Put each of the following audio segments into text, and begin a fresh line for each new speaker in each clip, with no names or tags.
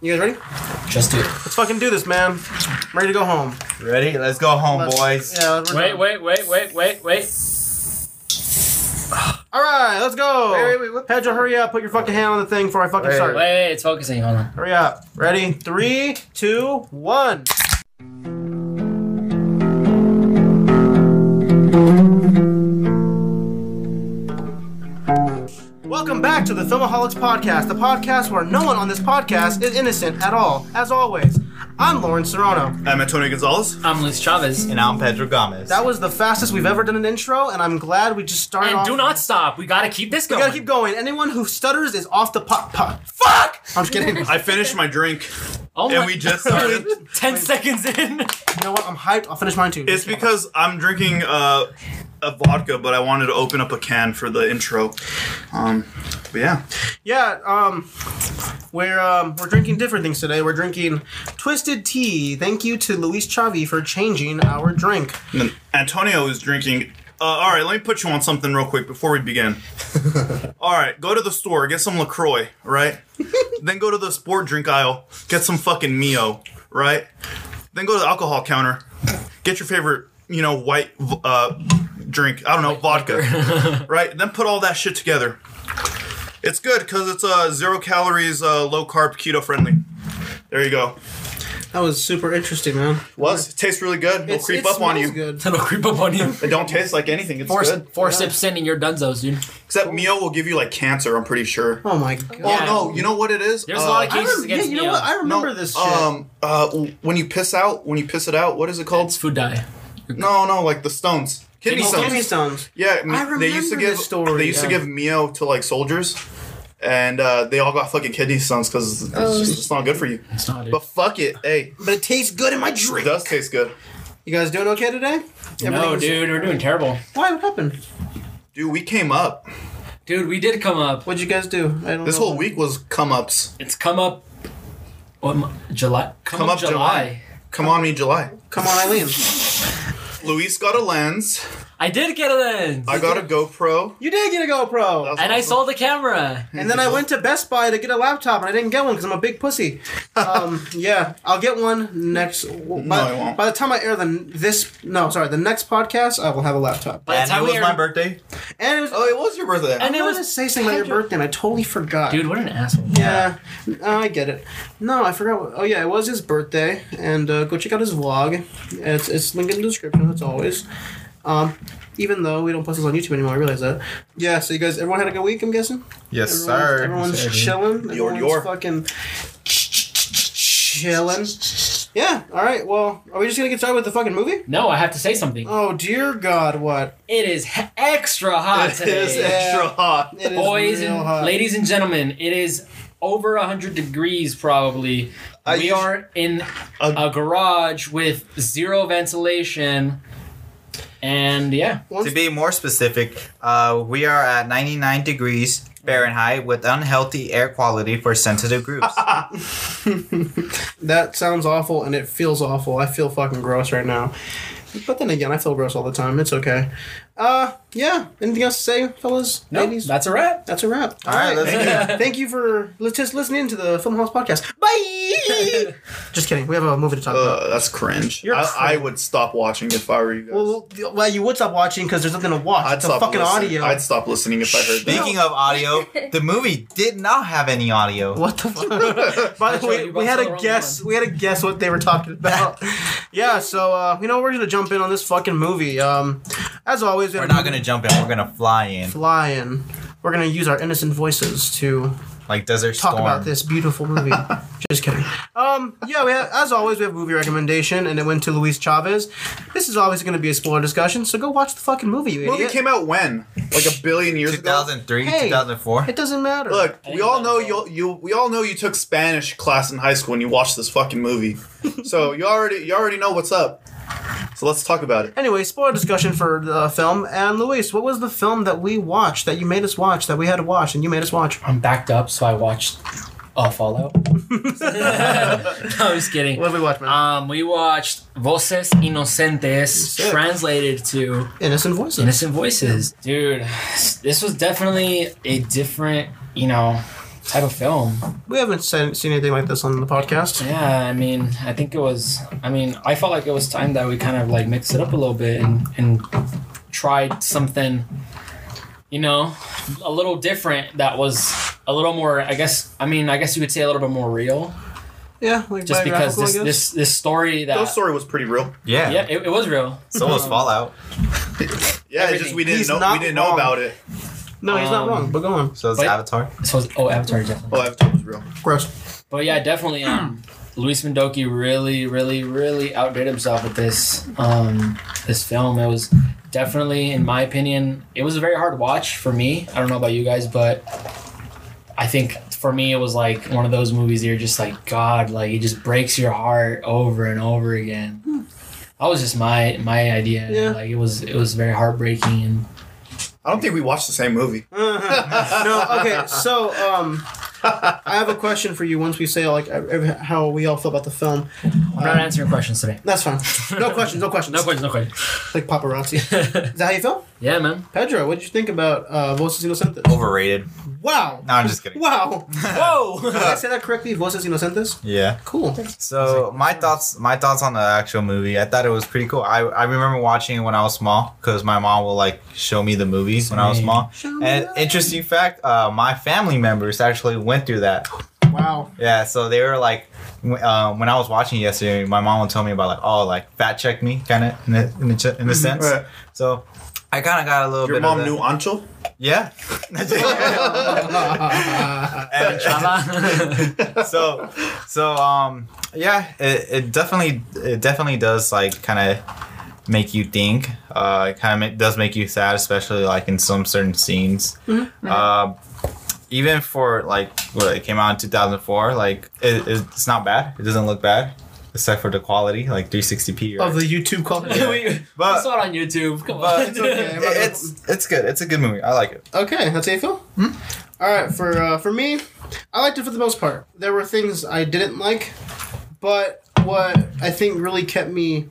You guys ready?
Just do it.
Let's fucking do this, man. I'm ready to go home.
Ready? Let's go home,
Let's-
boys.
Yeah, we're
Wait,
done.
wait, wait, wait, wait, wait.
All right, let's go.
Wait, wait, wait, what the-
Pedro, hurry up. Put your fucking hand on the thing before I fucking
Wait.
start.
Wait, it's focusing. Hold on.
Hurry up. Ready? Three, two, one. Welcome back to the Filmaholics Podcast, the podcast where no one on this podcast is innocent at all, as always. I'm Lauren Serrano.
I'm Antonio Gonzalez.
I'm Luis Chavez.
And I'm Pedro Gomez.
That was the fastest we've ever done an intro, and I'm glad we just started
And
off.
do not stop. We gotta keep this
We
going.
gotta keep going. Anyone who stutters is off the pot. pot. Fuck! I'm just kidding. you
I finished my drink
Oh
and
my-
we just started.
Ten seconds in.
know what? I'm hyped. I'll finish mine too.
it's because I'm drinking uh, a vodka, but I wanted to open up a can for the intro. Um, but yeah.
Yeah, um, we're um, we're drinking different things today. We're drinking twisted tea. Thank you to Luis Chavi for changing our drink.
And then Antonio is drinking. Uh, all right, let me put you on something real quick before we begin. all right, go to the store, get some LaCroix, right? then go to the sport drink aisle, get some fucking Mio, right? Then go to the alcohol counter, get your favorite, you know, white uh, drink. I don't know, vodka, right? Then put all that shit together. It's good because it's uh, zero calories, uh, low carb, keto friendly. There you go.
That was super interesting, man.
Was it tastes really good. It'll
It's-
creep
it
up on
smells
you.
Good.
It'll creep up on you.
It don't taste like anything. It's
Four,
good.
four sips in and you're dunzos, dude.
Except Mio will give you like cancer, I'm pretty sure.
Oh my god.
Yeah.
Oh no, you know what it is? Uh,
There's a lot of
I
cases
rem- yeah,
against
you know
Mio.
what? I
no,
remember this shit.
Um, uh, w- when you piss out, when you piss it out, what is it called?
It's food dye.
no, no, like the stones, kidney
Kidney
Oh,
stones.
kidney stones.
Yeah, m-
I
they used
remember
to give
this story,
they used to
yeah.
give Mio to like soldiers, and uh, they all got fucking kidney stones because it's,
Oh.
it's just not good for you.
It's not, dude.
But fuck it, hey,
But it tastes good in my
it
drink.
does taste good.
You guys doing okay today? Everything
no,
was-
dude, we're doing terrible.
Why? What happened?
Dude, we came up.
Dude, we did come up.
What'd you guys do? I don't
This
know.
whole week was come ups.
It's come up. What mo- July? Come,
Come
up,
up
July.
July. Come on me, July.
Come on, Eileen.
Luis got a lens.
I did get a lens,
I got a GoPro.
You did get a GoPro.
and I sold the camera.
And then I went to Best Buy to get a laptop, and I didn't get one because I'm a big pussy. Um, yeah, I'll get one next. Well, by,
you won't.
by the time I air the this, no, sorry, the next podcast, I will have a laptop.
By the time we were-
birthday.
And it was.
Oh, it was your birthday.
And
I
it
was to
was,
say something about your birthday, and I totally forgot.
dude, what an asshole.
Yeah, no, I get it. No, I forgot. What, oh yeah, it was his birthday, and uh, go check out his vlog. It's it's linked in the description as always. Um, even though we don't post this on YouTube anymore, I realize that. Yeah, so you guys, everyone had a good week, I'm guessing.
Yes,
Everyone's,
sir.
everyone's chilling.
Yor,
Everyone's
yor.
fucking chilling. Yeah. All right. Well, are we just gonna get started with the fucking movie?
No, I have to say something.
Oh dear God, what?
It is he- extra hot
It
today.
is extra hot.
It is
Boys
real
and
hot.
ladies and gentlemen, it is over 100 degrees probably.
I
we
usu-
are in
Uh,
a garage with zero ventilation. And yeah,
Once-
To be more specific, uh, we are at 99 degrees Fahrenheit with unhealthy air quality for sensitive groups.
That sounds awful and it feels awful. I feel fucking gross right now. But then again, I feel gross all the time. It's okay. Uh, yeah. Anything else to say, fellas?
no,
Ladies?
that's a wrap.
That's a wrap.
All right, let's
Thank
do
you.
Thank you for let's just listening to the Film House podcast. Bye. just kidding. We have a movie to talk about.
uh, that's cringe.
You're
I, I
cringe.
would stop watching if I were you guys.
Well, well, you would stop watching because there's nothing to watch.
I'd
it's a
stop
fucking
listen-
audio.
I'd stop listening if I heard that.
Speaking of audio, the movie did not have any audio.
What the fuck? By the
That's right,
way,
you
we had
bought the
a
wrong
guess. We had a guess what they were talking about. yeah, so uh, you know we're gonna jump in on this fucking movie. Um, as always, we
We're
have
not gonna jump in. We're gonna fly in
fly in. We're gonna use our innocent voices to
like Desert
talk
Storm.
about this beautiful movie. Just kidding. Um, yeah, we have, as always, we have a movie recommendation, and it went to Luis Chavez. This is always gonna be a spoiler discussion, so go watch the fucking movie, you
the movie
idiot.
came out when? Like a billion years ago.
2003,
Hey.
2004.
it doesn't matter.
Look,
I
we
think
all
that
know
was
you. You we all know you took Spanish class in high school and you watched this fucking movie, so you already you already know what's up. So let's talk about it.
Anyway, spoiler discussion for the film. And Luis, what was the film that we watched that you made us watch that we had to watch and you made us watch?
I'm backed up, so I watched uh, Fallout. no, I'm just kidding.
What did we watch, man?
Um, we watched Voces Inocentes,
Sick.
translated to
Innocent Voices.
Innocent Voices. Dude, this was definitely a different, you know, type of film.
We haven't said, seen anything like this on the podcast.
Yeah, I mean, I think it was. I mean, I felt like it was time that we kind of like mixed it up a little bit and and tried something, you know, a little different. That was a little more. I guess. I mean, I guess you could say a little bit more real,
Yeah, like
just because
biographical, I
this
guess.
this this story that.
That story was pretty real.
Yeah.
yeah, it, it was real.
So was
Um,
Fallout.
Yeah, it's
Everything.
just we didn't
He's
know we
not
didn't know
wrong.
about it.
no, he's not
um,
wrong. But go on.
So was
but-
Avatar.
This was oh Avatar definitely.
Oh, Avatar was real.
Gross.
But yeah, definitely. Um, Luis Mendoki really, really, really outdid himself with this um, this film. It was definitely, in my opinion, it was a very hard watch for me. I don't know about you guys, but I think for me it was like one of those movies that you're just like, God, like it just breaks your heart over and over again. That was just my my idea.
Hmm. Yeah.
Like it was it was very heartbreaking and
I don't think we watched the same movie.
no, okay. So, um, I have a question for you. Once we say like ev- ev- how we all feel about the film,
I'm not answering questions today.
that's fine. No questions. No questions.
No questions, no questions.
Like paparazzi. Is that how you feel,
yeah, man.
Pedro? What did you think about uh, Voces Inocentes?
Overrated.
Wow.
No, I'm just kidding.
Wow. Did I
Whoa!
say that correctly? Voces Inocentes.
Yeah.
Cool.
So my thoughts, my thoughts on the actual movie. I thought it was pretty cool. I, I remember watching it when I was small because my mom will like show me the movies when I was
Same.
small.
Show me
And
that.
interesting fact, uh, my family members actually went through that.
Wow.
Yeah, so they were like, w- um, when I was watching it yesterday, my mom would tell me about like, oh, like fat check me kind of in a, in a, ch- in a sense.
Right.
So I kind of got a little
Your
bit.
mom
of that.
knew Ancho.
Yeah. And- so so um yeah it, it definitely it definitely does like kind of make you think uh it kind of ma- does make you sad especially like in some certain scenes
Mm-hmm.
uh, even for like what it came out in 2004 like it, it's not bad it doesn't look bad except for the quality like 360p right?
Of Oh, the YouTube call.
we,
But-
we saw it on YouTube. Come
but
on.
it's,
Uh, okay.
it- it's it's good it's a good movie i like it
Okay, that's how you feel. All right, for uh, for me, I liked it for the most part. There were things I didn't like, but what I think really kept me,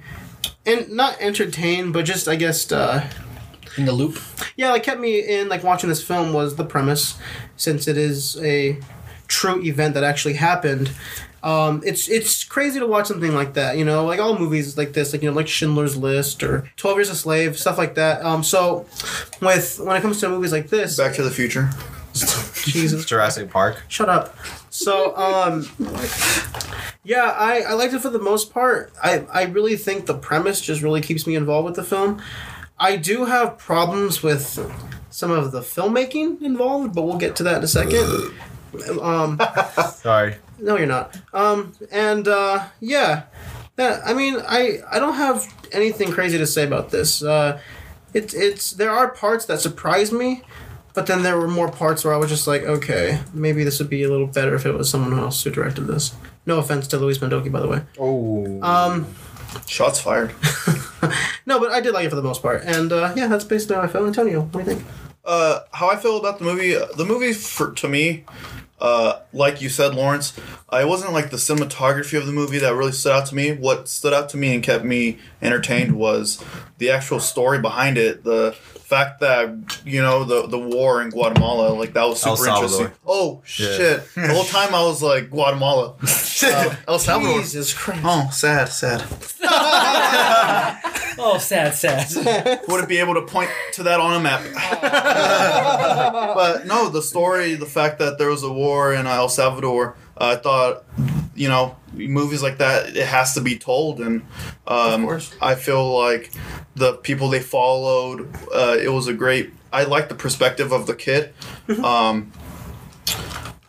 and not entertained, but just I guess, uh,
In the loop.
yeah, like kept me in like watching this film was the premise, since it is a true event that actually happened. Um, it's it's crazy to watch something like that, you know, like all movies like this, like you know, like Schindler's List or Twelve Years a Slave, stuff like that. Um, so with when it comes to movies like this,
Back to the Future.
Jesus
jurassic park
Shut up. So, um, yeah, I, I liked it for the most part. I, I really think the premise just really keeps me involved with the film. I do have problems with some of the filmmaking involved, but we'll get to that in a second. Um,
sorry
no, you're not. Um, and uh, yeah, that, I mean, I I don't have anything crazy to say about this. Uh, it's it's there are parts that surprised me, but then there were more parts where I was just like, okay, maybe this would be a little better if it was someone else who directed this. No offense to Luis Mendoki, by the way.
oh
Um,
Shots fired.
no, but I did like it for the most part, and uh, yeah, that's basically how I felt. Antonio, what do you think?
Uh, how I feel about the movie? uh, The movie for to me, uh, like you said, Lawrence, uh, it wasn't like the cinematography of the movie that really stood out to me. What stood out to me and kept me entertained was the actual story behind it. The fact that you know the the war in Guatemala, like that was
El
super
Salvador.
interesting. Oh shit! The whole time I was like Guatemala, Uh, El Salvador.
Jesus Christ!
Oh, sad, sad.
Oh, sad, sad.
wouldn't be able to point to that on a map. but no, the story, the fact that there was a war in El Salvador, I thought, you know, movies like that, it has to be told. And um,
course.
I feel like the people they followed, uh, it was a great. I like the perspective of the kid. Um,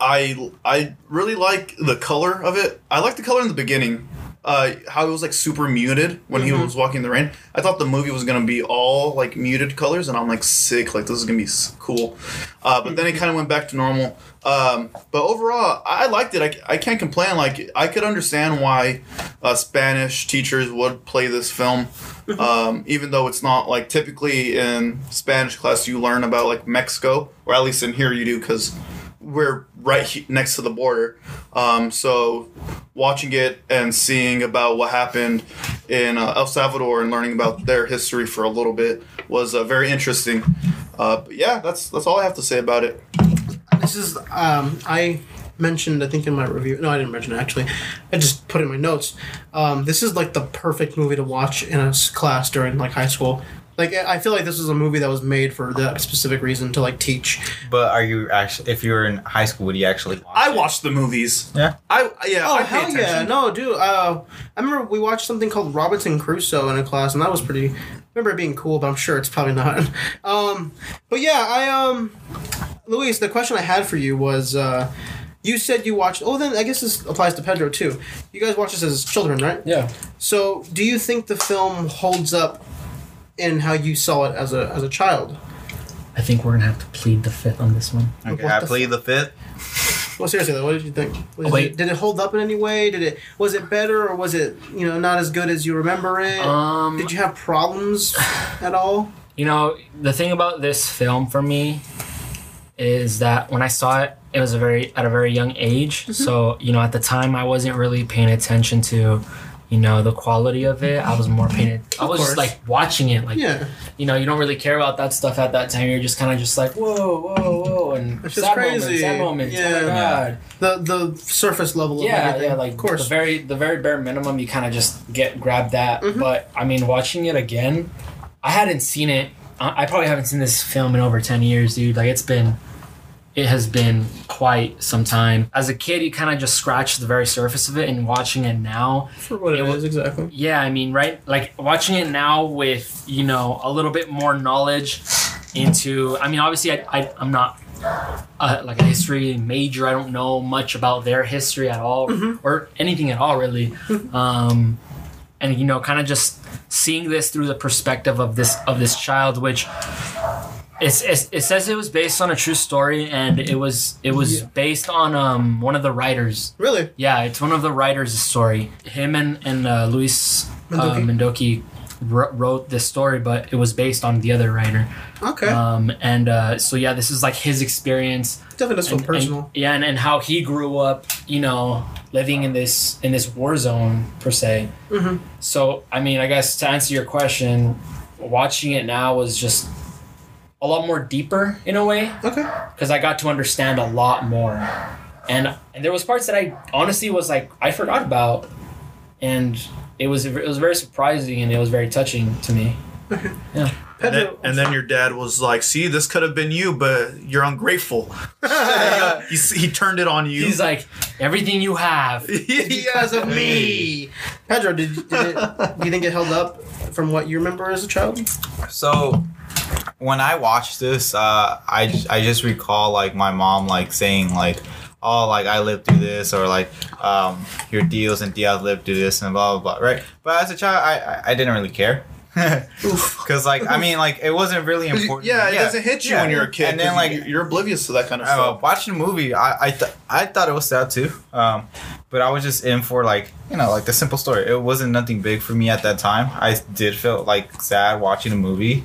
I I really like the color of it. I like the color in the beginning. Uh, how it was like super muted when he was walking in the rain. I thought the movie was gonna be all like muted colors, and I'm like sick. Like this is gonna be s- cool, uh, but then it kind of went back to normal. Um, but overall, I I liked it. I, I can't complain. Like I could understand why uh, Spanish teachers would play this film, um, even though it's not like typically in Spanish class you learn about like Mexico, or at least in here you do because we're right he- next to the border. Um, so watching it and seeing about what happened in uh, El Salvador and learning about their history for a little bit was uh, very interesting. Uh, but yeah, that's that's all I have to say about it.
This is um, I mentioned I think in my review. No, I didn't mention it actually. I just put it in my notes. Um, this is like the perfect movie to watch in a s- class during like high school. Like I I feel like this was a movie that was made for that specific reason to like teach.
But are you actually? If you were in high school, would you actually? Watch
I
it?
watch the movies.
Yeah.
I yeah.
Oh
I pay
hell
attention.
yeah! No, dude. Uh, I remember we watched something called Robinson Crusoe in a class, and that was pretty. I remember it being cool, but I'm sure it's probably not. Um, but yeah, I um, Luis, the question I had for you was, uh, you said you watched. Oh, then I guess this applies to Pedro too. You guys watched this as children, right?
Yeah.
So, do you think the film holds up in how you saw it as a as a child?
I think we're gonna have to plead the fifth on this one.
Okay,
What
I
the
plead the fifth.
Well, seriously though, what did you think? Was
Oh, wait.
It, did it hold up in any way? Did it was it better or was it you know not as good as you remember it?
Um,
did you have problems at all?
You know, the thing about this film for me is that when I saw it, it was a very at a very young age.
Mm-hmm.
So, you know, at the time I wasn't really paying attention to, you know, the quality of it. I was more painted I
Of
was just
course.
like watching it. Like
Yeah,
you know, you don't really care about that stuff at that time. You're just kinda just like, Whoa, whoa, whoa and
It's just
sad
crazy.
moments, sad moments.
Yeah.
Oh my god.
the the surface level. Of
Yeah,
everything.
yeah, like
of
the
course.
very the very bare minimum you kind of just get grab that.
Mhm.
But I mean, watching it again, I hadn't seen it. I I probably haven't seen this film in over ten years, dude. Like it's been, it has been quite some time. As a kid, you kind of just scratched the very surface of it, and watching it now,
For what it
it
is
wa-
exactly.
yeah, I mean, right? Like watching it now with you know a little bit more knowledge into. I mean, obviously, I, I I'm not uh, like a history major. I don't know much about their history at all or anything at all, really. Um, and you know, kind of just seeing this through the perspective of this of this child, which. It's, it's, it says it was based on a true story, and it was it was
Yeah.
based on um, one of the writers
Really,
yeah, it's one of the writers' story. Him and and uh, Luis uh, Mendoki wr- wrote this story, but it was based on the other writer.
okay.
Um, and uh, so yeah, this is like his experience.
Definitely not so
and- and-
personal.
yeah, and, and how he grew up, you know, living in this in this war zone per se.
Mhm.
So I mean, I guess to answer your question, watching it now was just a lot more deeper in a way
okay.
because I got to understand a lot more, and and there was parts that I honestly was like I forgot about, and it was it was very surprising and it was very touching to me.
And then,
Pedro,
and then your dad was like, "See, this could have been you, but you're ungrateful." he, s- he turned it on you.
He's like everything you have.
because of me, Pedro, did, did it, do you think it held up from what you remember as a child?
So when I watched this, uh, I j- I just recall like my mom like saying like, oh like I lived through this or like um your deals and deals lived through this and blah blah blah right. But as a child, I I, I didn't really care. Cause like I mean like it wasn't really important.
yeah, it doesn't hit you
yeah.
when you're a kid.
And then
'cause
like
you- you're oblivious to that kind of
I don't know,
stuff.
watching the movie, I I, th- I thought it was sad too. Um, but I was just in for like you know like the simple story. It wasn't nothing big for me at that time. I did feel like sad watching the movie,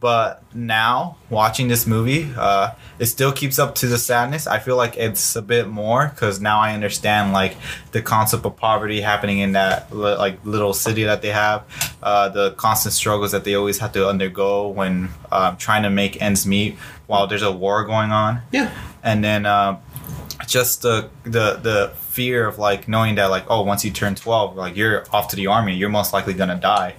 but now watching this movie, uh, it still keeps up to the sadness. I feel like it's a bit more because now I understand like the concept of poverty happening in that li- like little city that they have, uh, the constant struggles that they always have to undergo when um, trying to make ends meet while there's a war going on
Yeah.
and then uh, just the the the fear of like knowing that like oh once you turn 12 like you're off to the army you're most likely gonna die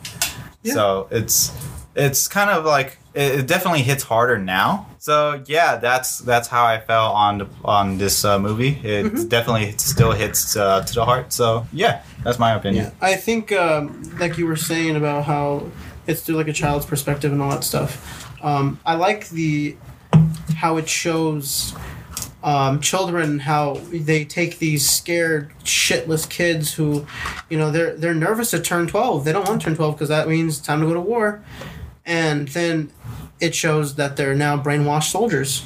Yeah.
so it's it's kind of like it, it definitely hits harder now so yeah that's that's how i felt on the, on this uh, movie it
Mm-hmm.
definitely still hits uh, to the heart so yeah that's my opinion
Yeah, I think um, like you were saying about how it's through like a child's perspective and all that stuff. Um, I like the how it shows um, children how they take these scared shitless kids who, you know, they're they're nervous to turn twelve. They don't want to turn twelve because that means it's time to go to war, and then it shows that they're now brainwashed soldiers.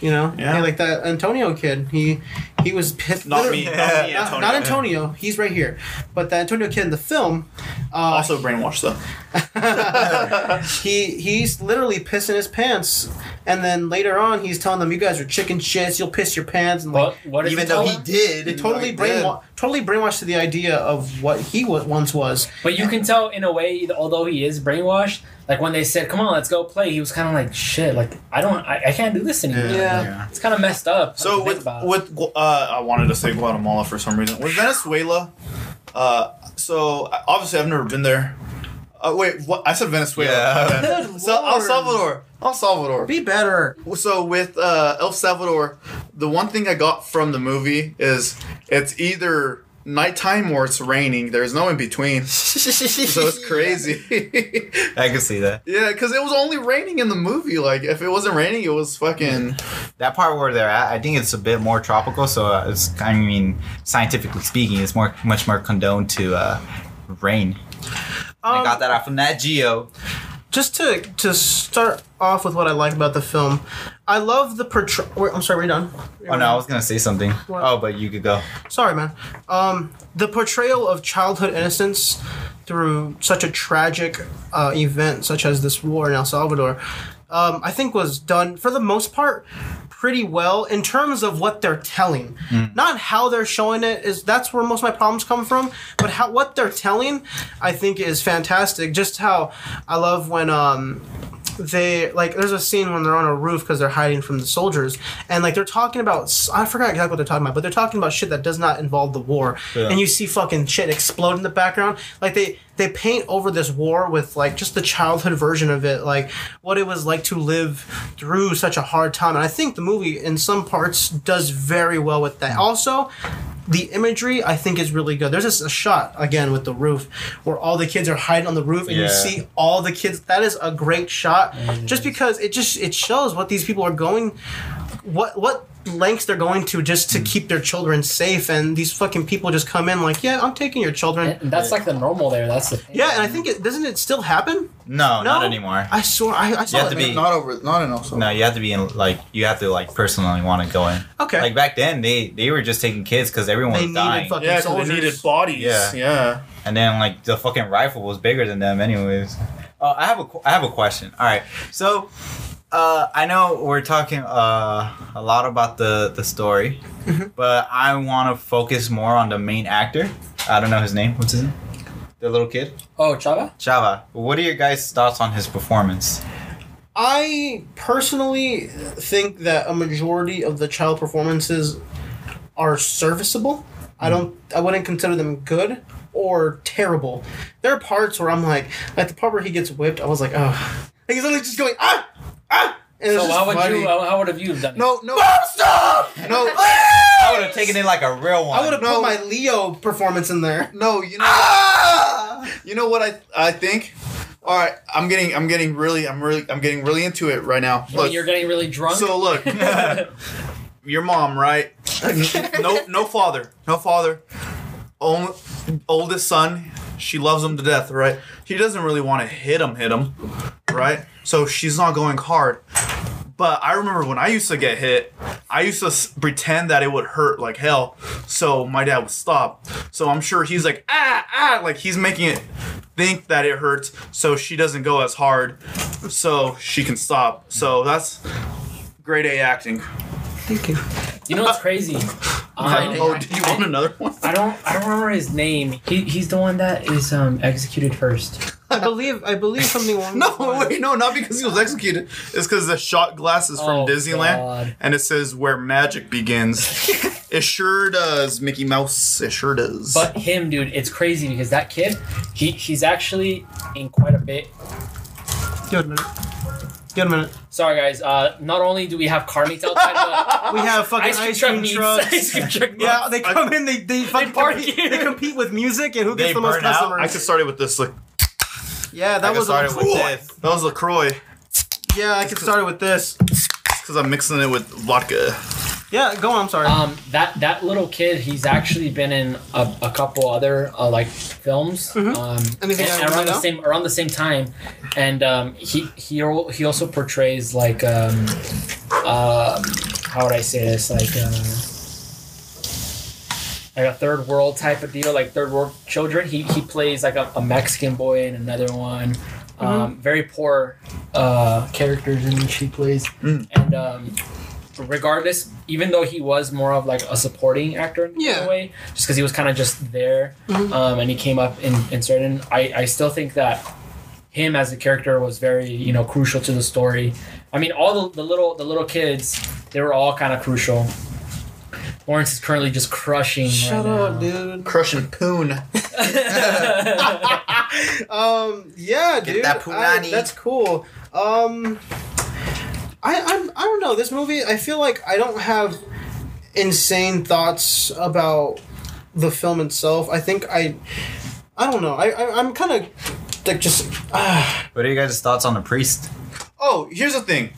You know,
Yeah.
Hey, like that Antonio kid. He he was pissed.
Not me, not me,
Not-
Antonio.
not Antonio. He's right here. But the Antonio kid in the film, uh,
also brainwashed though.
he he's literally pissing his pants And then later on, he's telling them, "You guys are chicken shits. You'll piss your pants." And like,
What? What is
Even though he
did.
did,
he totally
like,
brainwa- totally brainwashed to the idea of what he wa- once was.
But you can tell in a way, although he is brainwashed, like when they said, "Come on, let's go play," he was kind of like, "Shit, like I don't, I, I can't do this anymore."
Yeah.
It's kind of messed up.
So
like, to think
with
about.
with Gu- uh, I wanted to say Guatemala for some reason. With Venezuela, uh, so uh, obviously I've never been there. Uh, wait, what? I said Venezuela.
Yeah.
My bad.
Good
so El
lord.
Salvador, El Salvador.
Be better.
So with uh, El Salvador, the one thing I got from the movie is it's either nighttime or it's raining. There's no in between, so it's crazy.
I can see that.
yeah, because it was only raining in the movie. Like if it wasn't raining, it was fucking.
That part where they're at, I think it's a bit more tropical. So uh, it's, I mean, scientifically speaking, it's more, much more condoned to uh, rain. I
Um,
got that out from Nat Geo.
just to to start off with what I like about the film, I love the portrayal. I'm sorry, we're done.
Oh no, I was gonna say something. Oh, but you could go.
Sorry, man. Um, the portrayal of childhood innocence through such a tragic uh, event such as this war in El Salvador, um, I think was done for the most part pretty well in terms of what they're telling. Not how they're showing it is that's where most of my problems come from, but how what they're telling I think is fantastic. Just how I love when um, they like there's a scene when they're on a roof because they're hiding from the soldiers and like they're talking about s- i forgot exactly what they're talking about but they're talking about shit that does not involve the war and you see fucking shit explode in the background like they they paint over this war with like just the childhood version of it like what it was like to live through such a hard time and i think the movie in some parts does very well with that also the imagery I think is really good. There's just a shot again with the roof where all the kids are hiding on the roof and you
Yeah.
see all the kids. That is a great shot just because it just it shows what these people are going what what lengths they're going to just to keep their children safe and these fucking people just come in like, "Yeah, I'm taking your children."
And that's like the normal there. That's the thing.
Yeah, and I think it doesn't it still happen?
No,
No?
not anymore.
I saw I, I saw
have
it.
to be-
Not over, not in also.
No, you have to be in like you have to like personally want to go in.
okay.
Like back then, they they were just taking kids because everyone
they
was
needed
dying,
fucking
Yeah, 'cause
soldiers.
they needed bodies.
Yeah.
yeah.
and then like the fucking rifle was bigger than them, anyways. Uh, I have a qu- I have a question. All right, so uh, I know we're talking uh, a lot about the the story,
Mm-hmm.
but I want to focus more on the main actor. I don't know his name. What's his name? The little kid,
Oh, Chava.
Chava. What are your guys' thoughts on his performance?
I personally think that a majority of the child performances are serviceable. I don't. I wouldn't consider them good or terrible. There are parts where I'm like, like the part where he gets whipped. I was like, oh, like he's literally just going ah ah. And it's
So
just
how would
funny.
you? uh, How how would have you have done it?
no, no,
No, I would have taken it like a real one.
I would have
No.
put my Leo performance in there.
no. You know,
You know what I I think? All right, I'm getting I'm getting really I'm really I'm getting really into it right now.
When
Look,
you're getting really drunk.
so look, your mom, right? no no father, no father. Only, oldest son, she loves him to death, right? She doesn't really want to hit him, hit him, right? So she's not going hard. But I remember when I used to get hit, I used to s- pretend that it would hurt like hell. So my dad would stop. So I'm sure he's like, ah, ah, like he's making it think that it hurts. So she doesn't go as hard. So she can stop. So that's grade A acting.
Thank you.
you know what's crazy? Um,
oh, do you want another one?
I don't. I don't remember his name. He, he's the one that is um executed first.
I believe. I believe something. along
No,
those lines.
wait, no, not because he was executed. It's because the shot glass is from
Oh,
Disneyland,
God.
and it says where magic begins. it sure does, Mickey Mouse. It sure does.
But him, dude, it's crazy because that kid, he he's actually in quite a bit
Give it a minute. Give it a minute.
Sorry, guys. Uh, not only do we have carnies outside, but
We have fucking
Uh, ice
ice,
cream, truck
cream
needs.
trucks.
Ice cream truck needs.
Yeah, they come in. They they fucking
park
compete,
here.
they compete with music and who
They
gets the most
burn out.
customers.
I could start it with this. Like,
yeah, that
I
was
started with
cool.
this.
that was Lacroix
Yeah, I could start it with this.
because I'm mixing it with vodka.
Yeah, go on. I'm sorry.
Um, that that little kid, he's actually been in a, a couple other uh, like films. Um, and,
Anything I
and around
remember
the
now?
same around the same time, and um, he he al- he also portrays like um, uh, how would I say this like. Uh, like a third world type of deal, like third world children. He, he plays like a, a Mexican boy in another one. Um, very poor uh, characters in which she plays,
Mm.
and um, regardless, even though he was more of like a supporting actor in
Yeah. Mm-hmm.
a way, just because he was kind of just there, um, and he came up in, in certain. I I still think that him as a character was very you know crucial to the story. I mean, all the, the little the little kids, they were all kind of crucial. Lawrence is currently just crushing.
Shut
right
up,
now.
dude.
Crushing poon.
Um, yeah,
Get
dude.
that
I-
punani.
that's cool. Um, I, I'm, I don't know. This movie, I feel like I don't have insane thoughts about the film itself. I think I, I don't know. I, I I'm kind of like just. Uh,
What are you guys' thoughts on the priest?
Oh, here's the thing.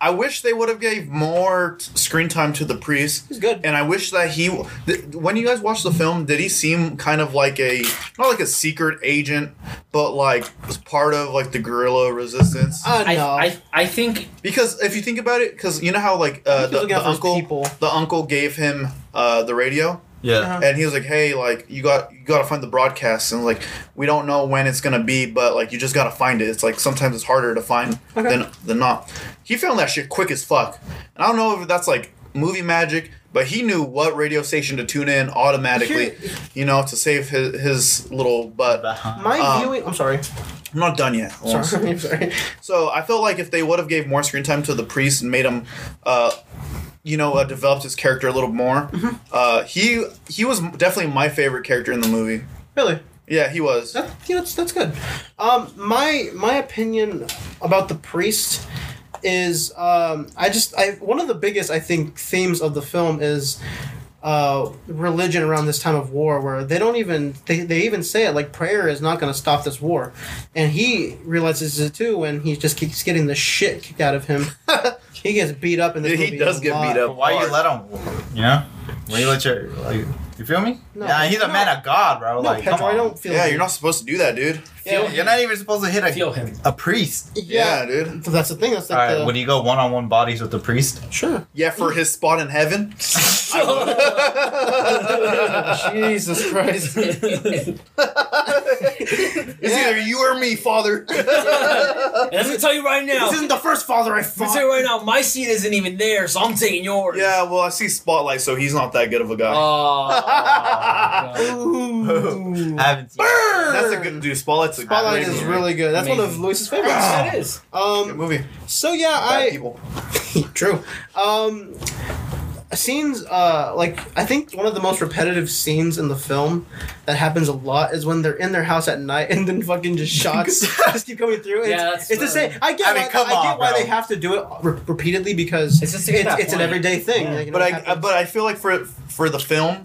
I wish they would have gave more t- screen time to the priest.
He's good.
And I wish that he. Th- when you guys watched the film, did he seem kind of like a not like a secret agent, but like was part of like the guerrilla resistance?
uh,
I,
no.
I I think
because if you think about it, because you know how like uh,
He's
the,
looking
the
out for his
uncle
people.
the uncle gave him uh, the radio.
Yeah.
Uh-huh.
and he was like, "Hey, like you got you got to find the broadcast, and like we don't know when it's gonna be, but like you just gotta find it. It's like sometimes it's harder to find
Okay.
than than not." He found that shit quick as fuck, and I don't know if that's like movie magic, but he knew what radio station to tune in automatically, you know, to save his his little butt.
Uh-huh.
my
Uh,
um,
viewing. I'm sorry.
I'm not done yet.
Sorry. I'm sorry.
So I felt like if they would have gave more screen time to the priest and made him, uh, you know, uh, developed his character a little more,
Mm-hmm.
uh, he he was definitely my favorite character in the movie.
Really.
Yeah, he was.
That, yeah, that's that's good. Um, my my opinion about the priest is um, I just I one of the biggest I think themes of the film is uh, religion around this time of war where they don't even they, they even say it like prayer is not going to stop this war and he realizes it too and he just keeps getting the shit kicked out of him he gets beat up in this
Yeah, he
movie
does
a
get
lot.
beat up.
Why you
hard.
let him? You know? Why you let your? Like, you feel me?
No.
yeah, he's a
No.
man of God, bro.
no
like, come
Pedro
on.
I don't feel
Yeah,
you.
you're not supposed to do that, dude.
Yeah.
You're not even supposed to hit a
feel him.
a priest.
yeah,
Yeah, dude.
that's the thing that's
All
like
right,
the
would you go one on one bodies with the priest?
sure
Yeah, for his spot in heaven.
Jesus Christ
It's either you or me, Father.
And let me tell you right now.
This
Let
isn't the first father I
me tell you
fought.
right now, my seat isn't even there, so I'm taking yours.
yeah, well, I see Spotlight, so he's not that good of a guy.
Uh,
Oh.
Ooh.
I haven't seen.
That's a good dude. Spotlight's a
Spotlight
great
is
movie.
really good. That's one of
Amazing. Ah.
Luis's favorites.
that is.
good
Um,
movie.
so yeah,
Bad
I
people.
true. Um, scenes uh, like I think one of the most repetitive scenes in the film that happens a lot is when they're in their house at night and then fucking just shots just keep coming through. And
Yeah,
it's,
that's
it's the
fair.
same. I get
I mean,
why,
come
I get
on,
why
bro.
they have to do it re- repeatedly because
It's just to get
it's,
that
it's an
point.
everyday thing.
Yeah.
like, you know,
But
it
I,
happens.
but I feel like for for the film,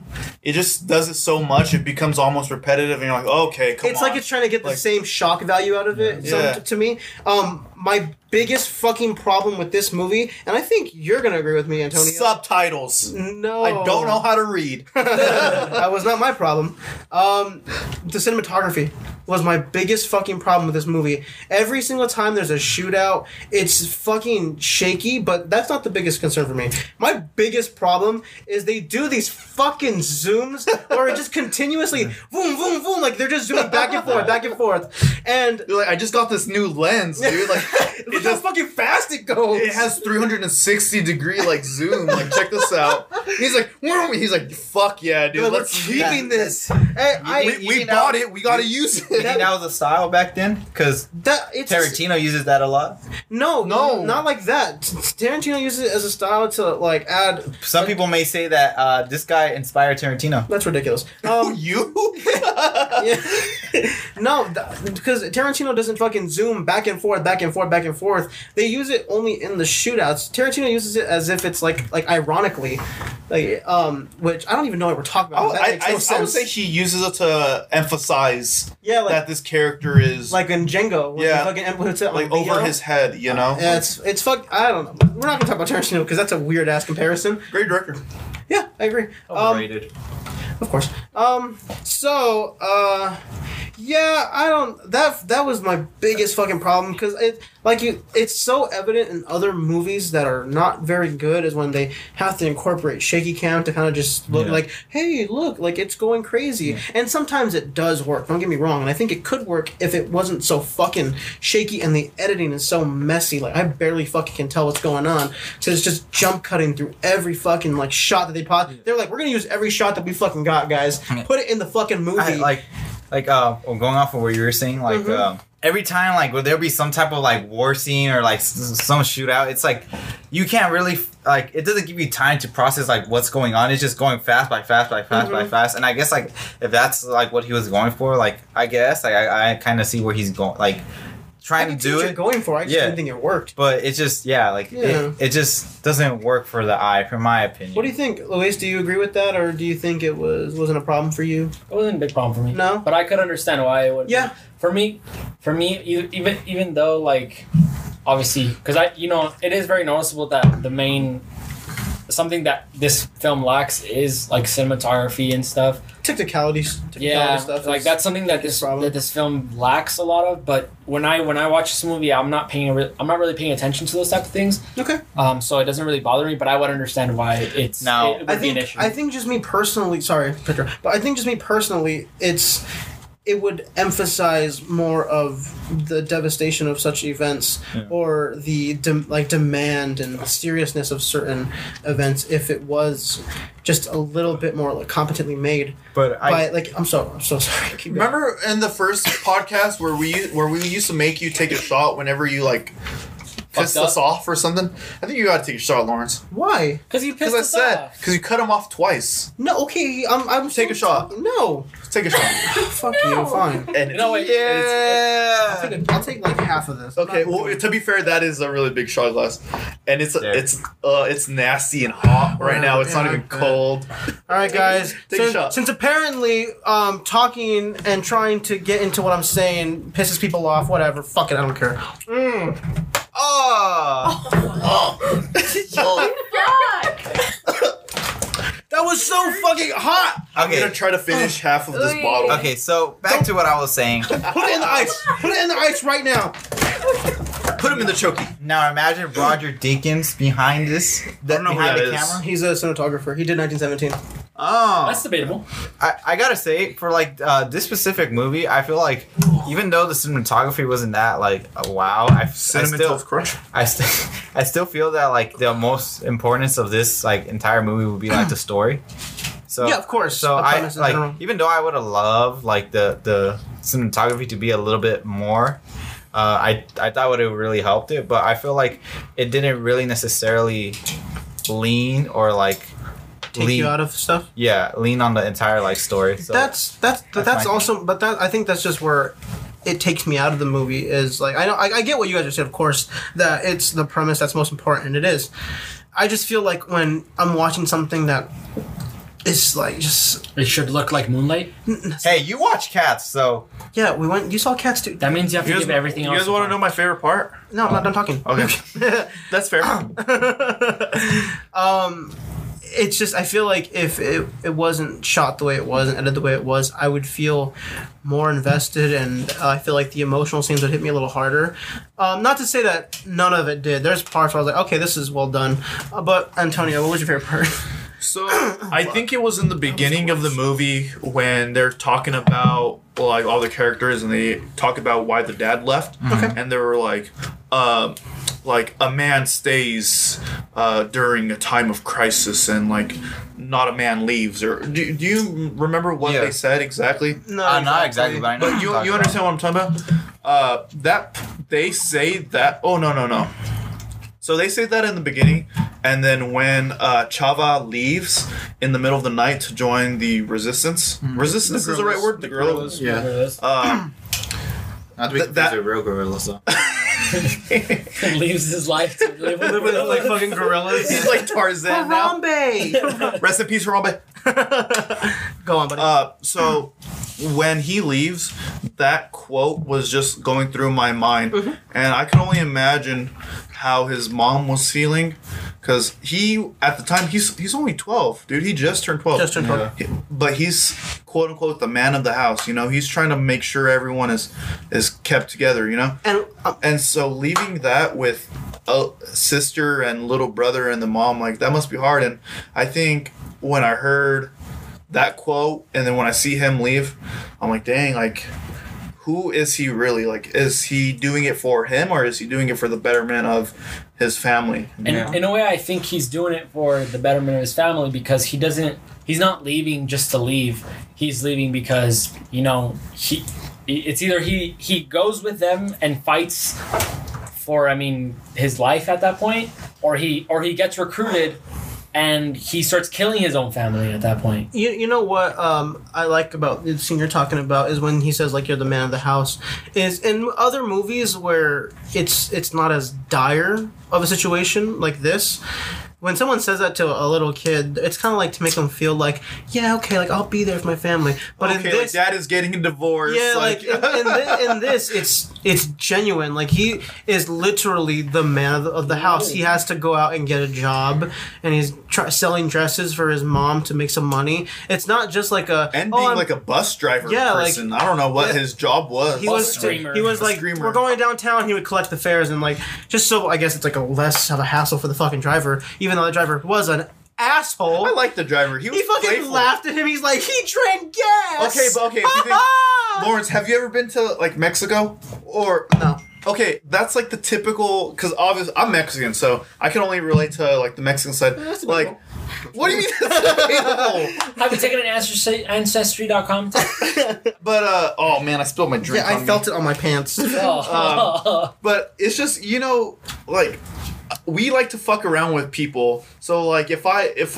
it just does it so much it becomes almost repetitive, and you're like, okay, come
it's
on.
like it's trying to get the
Like-
same shock value out of it. So
Yeah.
t- to me, um, my biggest fucking problem with this movie, and I think you're gonna agree with me, Antonio.
subtitles.
No,
I don't
Oh.
know how to read.
that was not my problem. Um, the cinematography was my biggest fucking problem with this movie. Every single time there's a shootout, it's fucking shaky, but that's not the biggest concern for me. My biggest problem is they do these fucking zooms where it just continuously boom, boom, boom, like they're just zooming back and forth, back and forth. And
You're like, I just got this new lens, dude. Like,
look
it
how
just
fucking fast it goes.
it has 360 degree like zoom. Like, check this out. He's like, "Whoa," he's like, fuck yeah, dude.
Like, we're
let's
keeping
that-
this. Hey, I,
We, we bought it. We gotta use
You think
it.
that was a style back then? Because
that it's
Tarantino uses that a lot.
No, no,
No.
not like that. T- Tarantino uses it as a style to like add.
Some people may say that uh, this guy inspired Tarantino.
That's ridiculous.
Oh,
Um,
you?
yeah. no, th- because Tarantino doesn't fucking zoom back and forth, back and forth, back and forth. They use it only in the shootouts. Tarantino uses it as if it's like like ironically, like um, which I don't even know what we're talking
I,
about. but that
I,
makes
Oh,
no
I, I would
sense.
say he uses it to emphasize
yeah, like
that this character is like,
like in Django. When
Yeah.
yeah, fucking and puts it on
over
Leo.
his head, you know?
Yeah, it's it's fuck. I don't know. We're not gonna talk about Tarantino because that's a weird ass comparison.
Great director.
Yeah, I agree. Um, Of course. Um, so, Um, uh, Yeah, I don't. That that was my biggest fucking problem because it, like you, it's so evident in other movies that are not very good is when they have to incorporate shaky cam to kind of just look
Yeah.
like, hey, look, like it's going crazy. And sometimes it does work. Don't get me wrong. And I think it could work if it wasn't so fucking shaky and the editing is so messy. Like I barely fucking can tell what's going on. So it's just jump cutting through every fucking like shot that they pop. They're like, we're gonna use every shot that we fucking got, guys. Put it in the fucking movie.
I, like like uh well, going off of what you were saying like um, every time like would there be some type of like war scene or like s- s- some shootout it's like you can't really f- like it doesn't give you time to process like what's going on it's just going fast by fast by fast by fast and i guess like if that's like what he was going for like i guess like i, I kind of see where he's going like
I
trying to
can see
do
what
it
you're going for. I just
Yeah.
didn't think it worked.
but it just yeah like
Yeah.
It, it just doesn't work for the eye from my opinion
What do you think, Luis? Do you agree with that, or do you think it was wasn't a problem for you?
It wasn't a big problem for me.
No?
but I could understand why it would.
Yeah.
for me, for me, e- even even though like, obviously, because I you know it is very noticeable that the main something that this film lacks is like cinematography and stuff.
Technicality, technicality
Yeah,
stuff.
like
is-
that's something that this
problem.
that this film lacks a lot of. But when I when I watch this movie, I'm not paying re- I'm not really paying attention to those type of things.
okay.
Um, so it doesn't really bother me. But I would understand why it's
Now-
it, would
I
be an
think
issue.
I think just me personally. Sorry, Petra, but I think just me personally, it's it would emphasize more of the devastation of such events or the dem like demand and seriousness of certain events if it was just a little bit more like competently made.
but i
By like, I'm so I'm so sorry. Keep going.
Remember in the first podcast where we where we used to make you take a shot whenever you like pissed
up.
us off or something? I think you got to take a shot, Lawrence.
why?
because you
Because
pissed
I
us
said
off.
because you cut him off twice.
No, okay, I'm. I'm
Take a shot.
No,
Take a shot.
fuck you. Fine.
And
No, wait.
I'll
yeah
take, I'll take like half of this. I'm
Okay,
not
well,
doing-
to be fair, that is a really big shot glass, and it's
Yeah.
it's uh it's nasty and hot right now. It's not
Yeah.
even cold.
all right, guys.
Take a
since,
shot.
since apparently um, talking and trying to get into what I'm saying pisses people off, whatever. Fuck it, I don't care. Mm.
oh
That was so fucking hot.
I'm gonna try to finish half of this
Ooh.
bottle.
Okay, so back to what I was saying.
Put it in the ice. Put it in the ice right now.
Put him in the choky.
Now imagine Roger Deakins behind this, that,
don't know who
behind
that
the
is.
camera.
He's a cinematographer. He did 1917.
Oh,
That's debatable.
I, I gotta say, for like uh, this specific movie, I feel like even though the cinematography wasn't that like wow, I, I
Cinnamon
still
Toast Crunch.
I still I still feel that like the most importance of this like entire movie would be like the story. So
Yeah, of course.
So
The
I
premise in general.
like even though I would have loved like the the cinematography to be a little bit more. Uh, I I thought would have really helped it, but I feel like it didn't really necessarily lean or like
Take
lean
you out of stuff.
yeah lean on the entire like story. So
that's that's but
that's
that's
my-
also but that I think that's just where it takes me out of the movie is like I know I, I get what you guys are saying of course that it's the premise that's most important and it is I just feel like when I'm watching something that is like just
It should look like Moonlight.
hey, you watch Cats, so
yeah we went you saw cats too
That means you have to give everything
you
else.
guys want
a
to know my favorite part?
no I'm not done talking
Okay, that's fair.
um it's just I feel like if it, it wasn't shot the way it was and edited the way it was, I would feel more invested, and uh, I feel like the emotional scenes would hit me a little harder. Um, not to say that none of it did. There's parts where I was like, okay, this is well done. Uh, but Antonio, what was your favorite part?
So I think it was in the beginning of the movie when they're talking about like all the characters and they talk about why the dad left.
Okay.
And they were like, um, like a man stays uh, during a time of crisis and like not a man leaves. Or do, do you remember what
Yeah.
they said exactly?
no,
uh, not exactly, but I know.
But
what
you
you're talking
you understand what I'm talking about? Uh, that they say that. Oh no no no. So they say that in the beginning, and then when uh, Chava leaves in the middle of the night to join the resistance,
Hmm.
resistance is the right word. The guerrillas.
Yeah.
Uh,
about. Not to
be Th- that- confused
real gorilla, so.
Leaves his life to live with
They're like
another.
fucking gorillas.
he's like Tarzan now.
Harambe!
Rest in peace, Harambe.
Go on, buddy.
Uh, so when he leaves, that quote was just going through my mind,
Mm-hmm.
and I can only imagine how his mom was feeling, because he at the time he's he's only twelve, dude. He just turned twelve.
Just turned 12.
He- but he's quote unquote the man of the house. You know, he's trying to make sure everyone is is kept together. You know,
And uh,
and so leaving that with a sister and little brother and the mom, like that must be hard. And I think when I heard that quote and then when I see him leave, I'm like, dang, like who is he really? Like, is he doing it for him or is he doing it for the betterment of his family?
And
Yeah.
in a way, I think he's doing it for the betterment of his family because he doesn't. He's not leaving just to leave. He's leaving because you know he. It's either he he goes with them and fights for I mean his life at that point, or he or he gets recruited, and he starts killing his own family at that point.
you, you know what um, I like about the scene you're talking about is when he says like you're the man of the house is in other movies where it's it's not as dire of a situation like this. When someone says that to a little kid, it's kind of like to make them feel like, yeah, okay, like I'll be there for my family. But in
okay,
this,
like dad is getting a divorce.
yeah, like,
like,
in, in, thi- in this, it's it's genuine. Like he is literally the man of the, of the house. He has to go out and get a job, and he's tr- selling dresses for his mom to make some money. It's not just like a
and
oh,
being
I'm-
like a bus driver
Yeah, like-
person. I don't know what
Yeah.
his job was.
he
bus
was
streamer.
he was
A
like
streamer.
we're going downtown. He would collect the fares and like just so I guess it's like a less of a hassle for the fucking driver, even though the driver was an asshole.
I like the driver. He was
he fucking
playful.
laughed at him. He's like, he drank gas.
Okay, but okay, if you think- Lawrence, have you ever been to like Mexico? Or
no.
okay, that's like the typical because obviously I'm Mexican, so I can only relate to like the Mexican side.
That's
Like, what do you mean? That's debatable?
Have you taken an ancestry ancestry.com test?
but uh, oh man, I spilled my drink.
Yeah, I
on
felt
me.
it on my pants.
Um,
Oh.
But it's just you know like we like to fuck around with people. So like if I if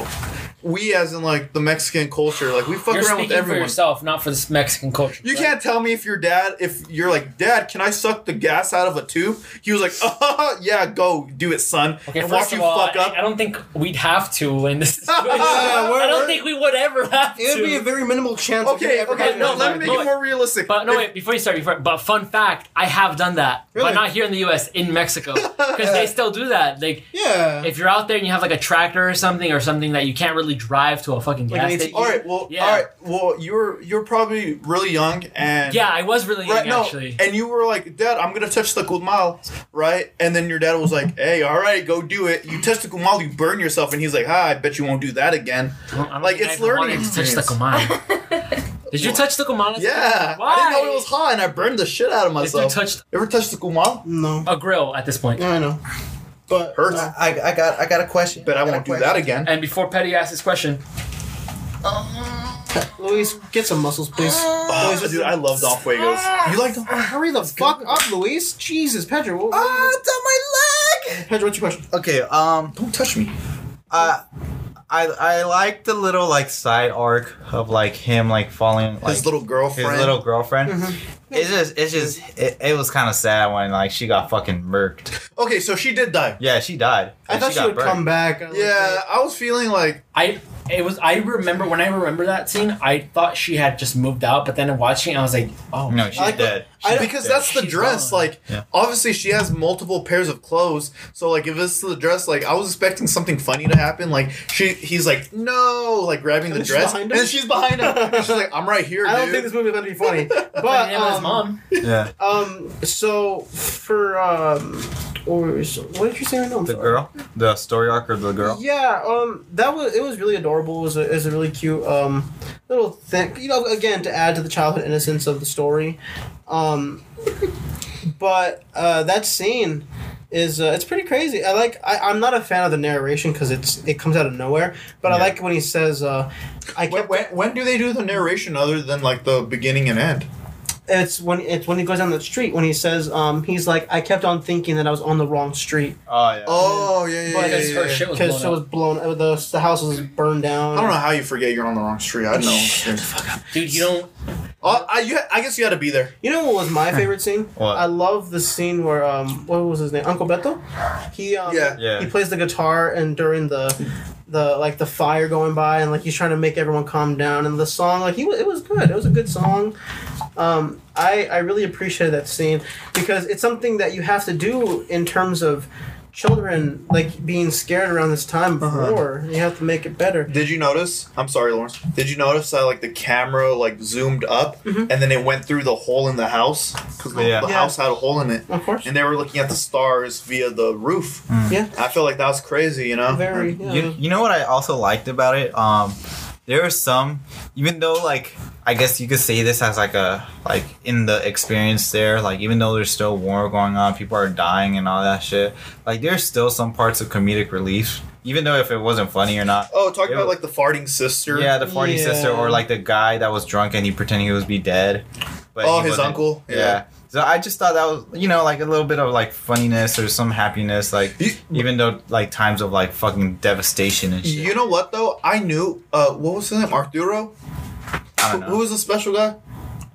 we as in like the Mexican culture, like we fuck
You're
around with
speaking for
everyone.
yourself, not for this Mexican culture.
You
correct?
can't tell me if your dad, if you're like, Dad, can I suck the gas out of a tube? He was like, uh, yeah, go do it, son.
Okay,
and
first
watch
of
you
all,
fuck
I,
up.
I don't think we'd have to in this situation.
we're-
I
we're-
don't think we would ever have
It
to.
would be a very minimal chance. of
okay,
ever
okay,
having
no,
that
let me
line.
make it more realistic.
but no,
If-
wait, before you start, before, but fun fact, I have done that.
Really?
But not here in the US, in Mexico. Because they still do that. Like,
Yeah.
if you're out there and you have like a tractor or something, or something that you can't really drive to a fucking
Like
gas
an ATV.
station.
All right, well,
Yeah.
all right, well, you're you're probably really young and
Yeah, I was really young,
right, no,
actually.
and you were like, Dad, I'm gonna touch the kumal, right? And then your dad was like, Hey, all right, go do it. You touch the kumal, you burn yourself, and he's like, Ha, I bet you won't do that again.
Well, I don't
like,
think I
it's
even
learning
wanted to touch the
experience.
Kumai. Did you touch the Kumai?
Yeah,
Why?
I didn't know it was hot, and I burned the shit out of
If you
myself.
touched
Ever touched the kumal?
No.
a grill at this point.
Yeah, I know. But uh,
Hurts.
I, I got I got a question.
Bet I
got a
won't do
question.
that again.
And before Petty asks his question,
Luis, get some muscles, please.
Uh,
Oh, dude, I love Don Fuegos. You like Don?
Hurry the fuck up, Luis. Jesus, Pedro.
Uh,
What,
Ah, it's on my leg.
Pedro, what's your question?
Okay. Um.
Don't touch me.
Uh, I I like the little like side arc of like him like falling like
His little
his
girlfriend.
little girlfriend. Mm-hmm. It's just it's just it, it was kind of sad when like she got fucking murked.
Okay, so she did die.
Yeah, she died.
I
And
thought she
got
would
burnt.
come back.
Yeah, I was feeling like
I it was I remember when I remember that scene, I thought she had just moved out, but then watching it, I was like, oh
No, she's
I like the-
dead.
I-
because that's the
She's
dress.
gone.
Like,
Yeah.
obviously she has multiple pairs of clothes. So like, if it's the dress, like I was expecting something funny to happen. Like she, he's like, no, like grabbing the
And she's
dress,
behind
and
him?
she's behind him. And she's like, I'm right here,
I don't
dude.
think this movie's gonna be funny.
But
But
he didn't have his
um,
mom.
yeah,
um, so for um, or so, what did you say? I know
the girl, the story arc of the girl.
Yeah, um, that was it was really adorable. It was a, it was a really cute um, little thing. You know, again to add to the childhood innocence of the story, um, but uh, that scene is uh, it's pretty crazy. I like I, I'm not a fan of the narration because it's it comes out of nowhere. But I
Yeah.
like when he says, uh, "I
When,
kept."
when, when do they do the narration other than like the beginning and end?
It's when it's when he goes down the street when he says, um, he's like, "I kept on thinking that I was on the wrong street
Oh yeah.
Oh yeah, yeah,
But
yeah,
Because
yeah,
her
yeah.
shit was blown
because it was
up.
blown. uh, The the house was burned down."
I don't know how you forget you're on the wrong street. I don't know.
Shut
Dude, you don't
Oh, I, you, I guess you had to be there.
You know what was my favorite scene?
What?
I love the scene where um what was his name? Uncle Beto? He um
Yeah.
Yeah.
he plays the guitar and during the the like the fire going by and like he's trying to make everyone calm down and the song like he wa- it was good. It was a good song. Um I I really appreciated that scene because it's something that you have to do in terms of children like being scared around this time
Uh-huh.
before. You have to make it better.
Did you notice? I'm sorry, Lawrence. Did you notice that like the camera like zoomed up
Mhm.
and then it went through the hole in the house because the,
Yeah.
the
Yeah.
house had a hole in it,
Of course.
and they were looking at the stars via the roof.
Yeah.
I feel like that was crazy, you know.
Very
You, you know what I also liked about it? Um, there are some, even though like I guess you could say this as like a like in the experience there, like even though there's still war going on, people are dying and all that shit. Like there's still some parts of comedic relief, even though if it wasn't funny or not.
Oh, talk
It
about
was-
like the farting sister.
Yeah, the farty
Yeah.
sister or like the guy that was drunk and he pretending he was be dead. But
Oh,
he
his
wasn't-
uncle.
Yeah. So I just thought that was you know like a little bit of like funniness or some happiness like
You-
even though like times of like fucking devastation and shit.
You know what though? I knew. Uh, what was his name? Arturo.
I
Who,
don't know.
who was the special guy?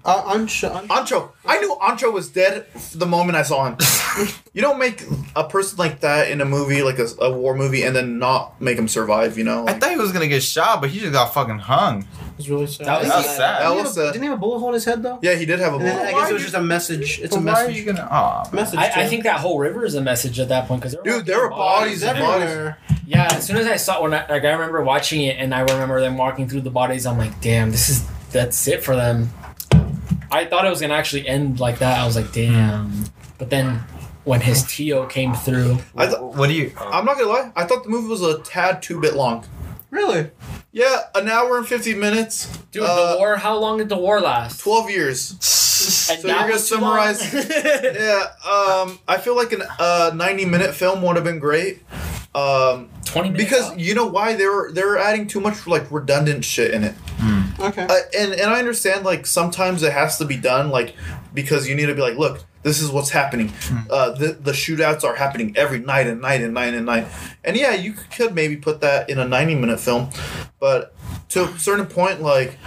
uh, unsure.
Ancho. I knew Ancho was dead the moment I saw him. you don't make a person like that in a movie, like a, a war movie, and then not make him survive. You know.
I
Like,
thought he was gonna get shot, but he just got fucking hung.
It's really sad.
That was That was
sad. sad.
That
Didn't he
was
have a-
sad.
Didn't he have a bullet hole in his head though?
yeah, he did have a
And then I
bullet.
why
guess it
are
was
you-
just a message. It's
But
a
Why are you
message.
gonna? Aw, man.
Message. to
I, I
him.
think that whole river is a message at that point because
Dude, there were bodies and bodies.
everywhere.
Yeah, as soon as I saw when I like I remember watching it and I remember them walking through the bodies, I'm like, damn, this is that's it for them. I thought it was gonna actually end like that. I was like, damn. But then when his Tio came through,
I th-
what do you?
I'm not gonna lie. I thought the movie was a tad too bit long.
Really?
Yeah, an hour and fifty minutes.
dude,
Uh,
the war. How long did the war last?
Twelve years.
And
so
that
you're gonna
was too long?
Yeah. Um, I feel like an uh ninety minute film would have been great. Um,
Twenty minutes.
because you know why they were they were adding too much like redundant shit in it.
Okay.
uh, and and I understand like sometimes it has to be done like because you need to be like, look, this is what's happening. Uh, the the shootouts are happening every night and night and night and night. And yeah, you could maybe put that in a ninety minute film, but to a certain point, like.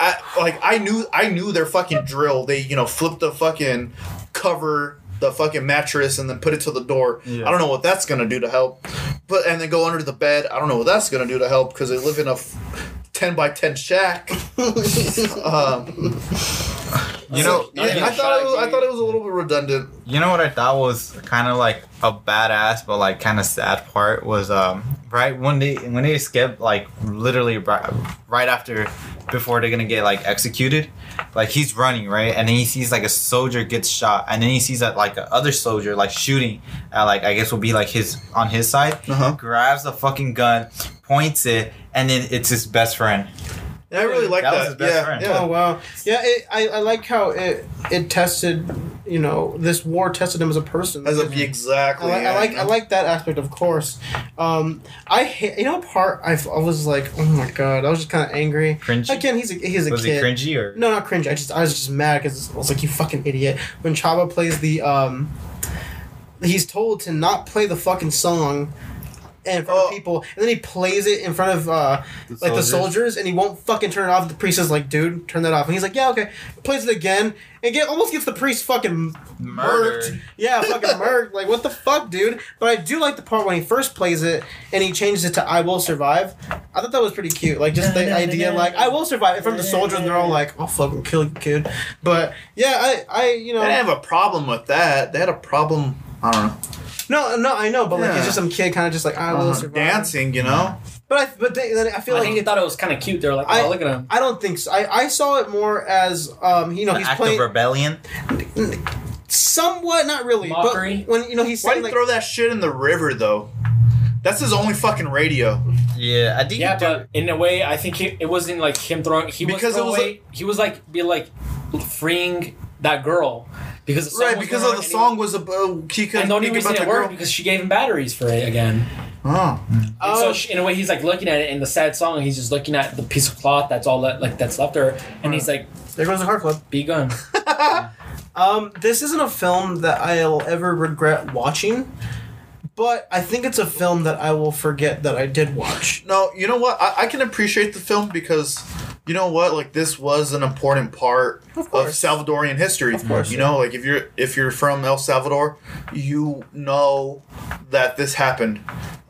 I, like I knew I knew their fucking drill. They you know flip the fucking cover the fucking mattress and then put it to the door.
Yeah.
I don't know what that's gonna do to help, but and then go under the bed. I don't know what that's gonna do to help because they live in a f- ten by ten shack. um,
You know,
yeah, I thought it was, I thought it was a little bit redundant.
you know what I thought was kind of like a badass, but like kind of sad part was um right when they when they escaped like literally right, right after before they're gonna get like executed, like he's running right, and then he sees like a soldier gets shot, and then he sees that like a other soldier like shooting at like I guess will be like his on his side,
Uh-huh.
grabs the fucking gun, points it, and then it's his best friend.
And I really like
That
that.
was his best
yeah,
friend.
yeah.
Oh wow. Yeah, it, I I like how it it tested. You know, this war tested him as a person.
As a
I,
exactly.
li- Oh, I like
yeah.
I like that aspect, of course. Um, I ha- you know part I, f- I was like, oh my god, I was just kind of angry.
Cringy?
Again, he's a he's a
Was he
kid.
cringy or?
No, not cringe. I just I was just mad because I was like, you fucking idiot. When Chaba plays the um, he's told to not play the fucking song. In front
Oh.
of people, and then he plays it in front of uh, like the soldiers, and he won't fucking turn it off. The priest is like, "Dude, turn that off," and he's like, "Yeah, okay." Plays it again, and get almost gets the priest fucking
Murdered.
yeah, fucking murked. Like, what the fuck, dude? But I do like the part when he first plays it and he changes it to "I will survive." I thought that was pretty cute. Like, just the idea, like, "I will survive." In front of the soldiers, and they're all like, "I'll fucking kill you, kid." But yeah, I, I, you
They didn't
know,
have a problem with that. They had a problem. I don't know.
no, no, I know, but like,
Yeah.
it's just some kid kind of just like, "I will
Uh,
survive."
dancing, you know.
But I, but they, then I feel
I
like.
think they thought it was kind of cute. They're like, oh,
I-
look at him.
I don't think so. I, I saw it more as um you know
An
he's
act
playing
of rebellion.
somewhat not really
Mockery?
but when you know he's
Why do
saying
you
like
throw that shit in the river though? That's his only fucking radio.
Yeah, I think.
Yeah,
he
but in a way, I think he, it wasn't like him throwing. He was
Because it
throwing
was
away, he was like be like freeing that girl because the song
Right,
was
because
going
of the
on and
song was about uh, he
He,
couldn't
and the only
think
reason
about the
it worked
girl.
because she gave him batteries for it again.
Oh.
And
Oh,
so she, in a way, he's like looking at it in the sad song. He's just looking at the piece of cloth that's all that like that's left her, and he's like,
there goes the heart club.
"Be gone."
Um, this isn't a film that I'll ever regret watching, but I think it's a film that I will forget that I did watch.
No, you know what? I, I can appreciate the film because you know what? Like this was an important part of,
course.
Salvadorian history. Of
course,
you
yeah.
know, like if you're if you're from El Salvador, you know that this happened,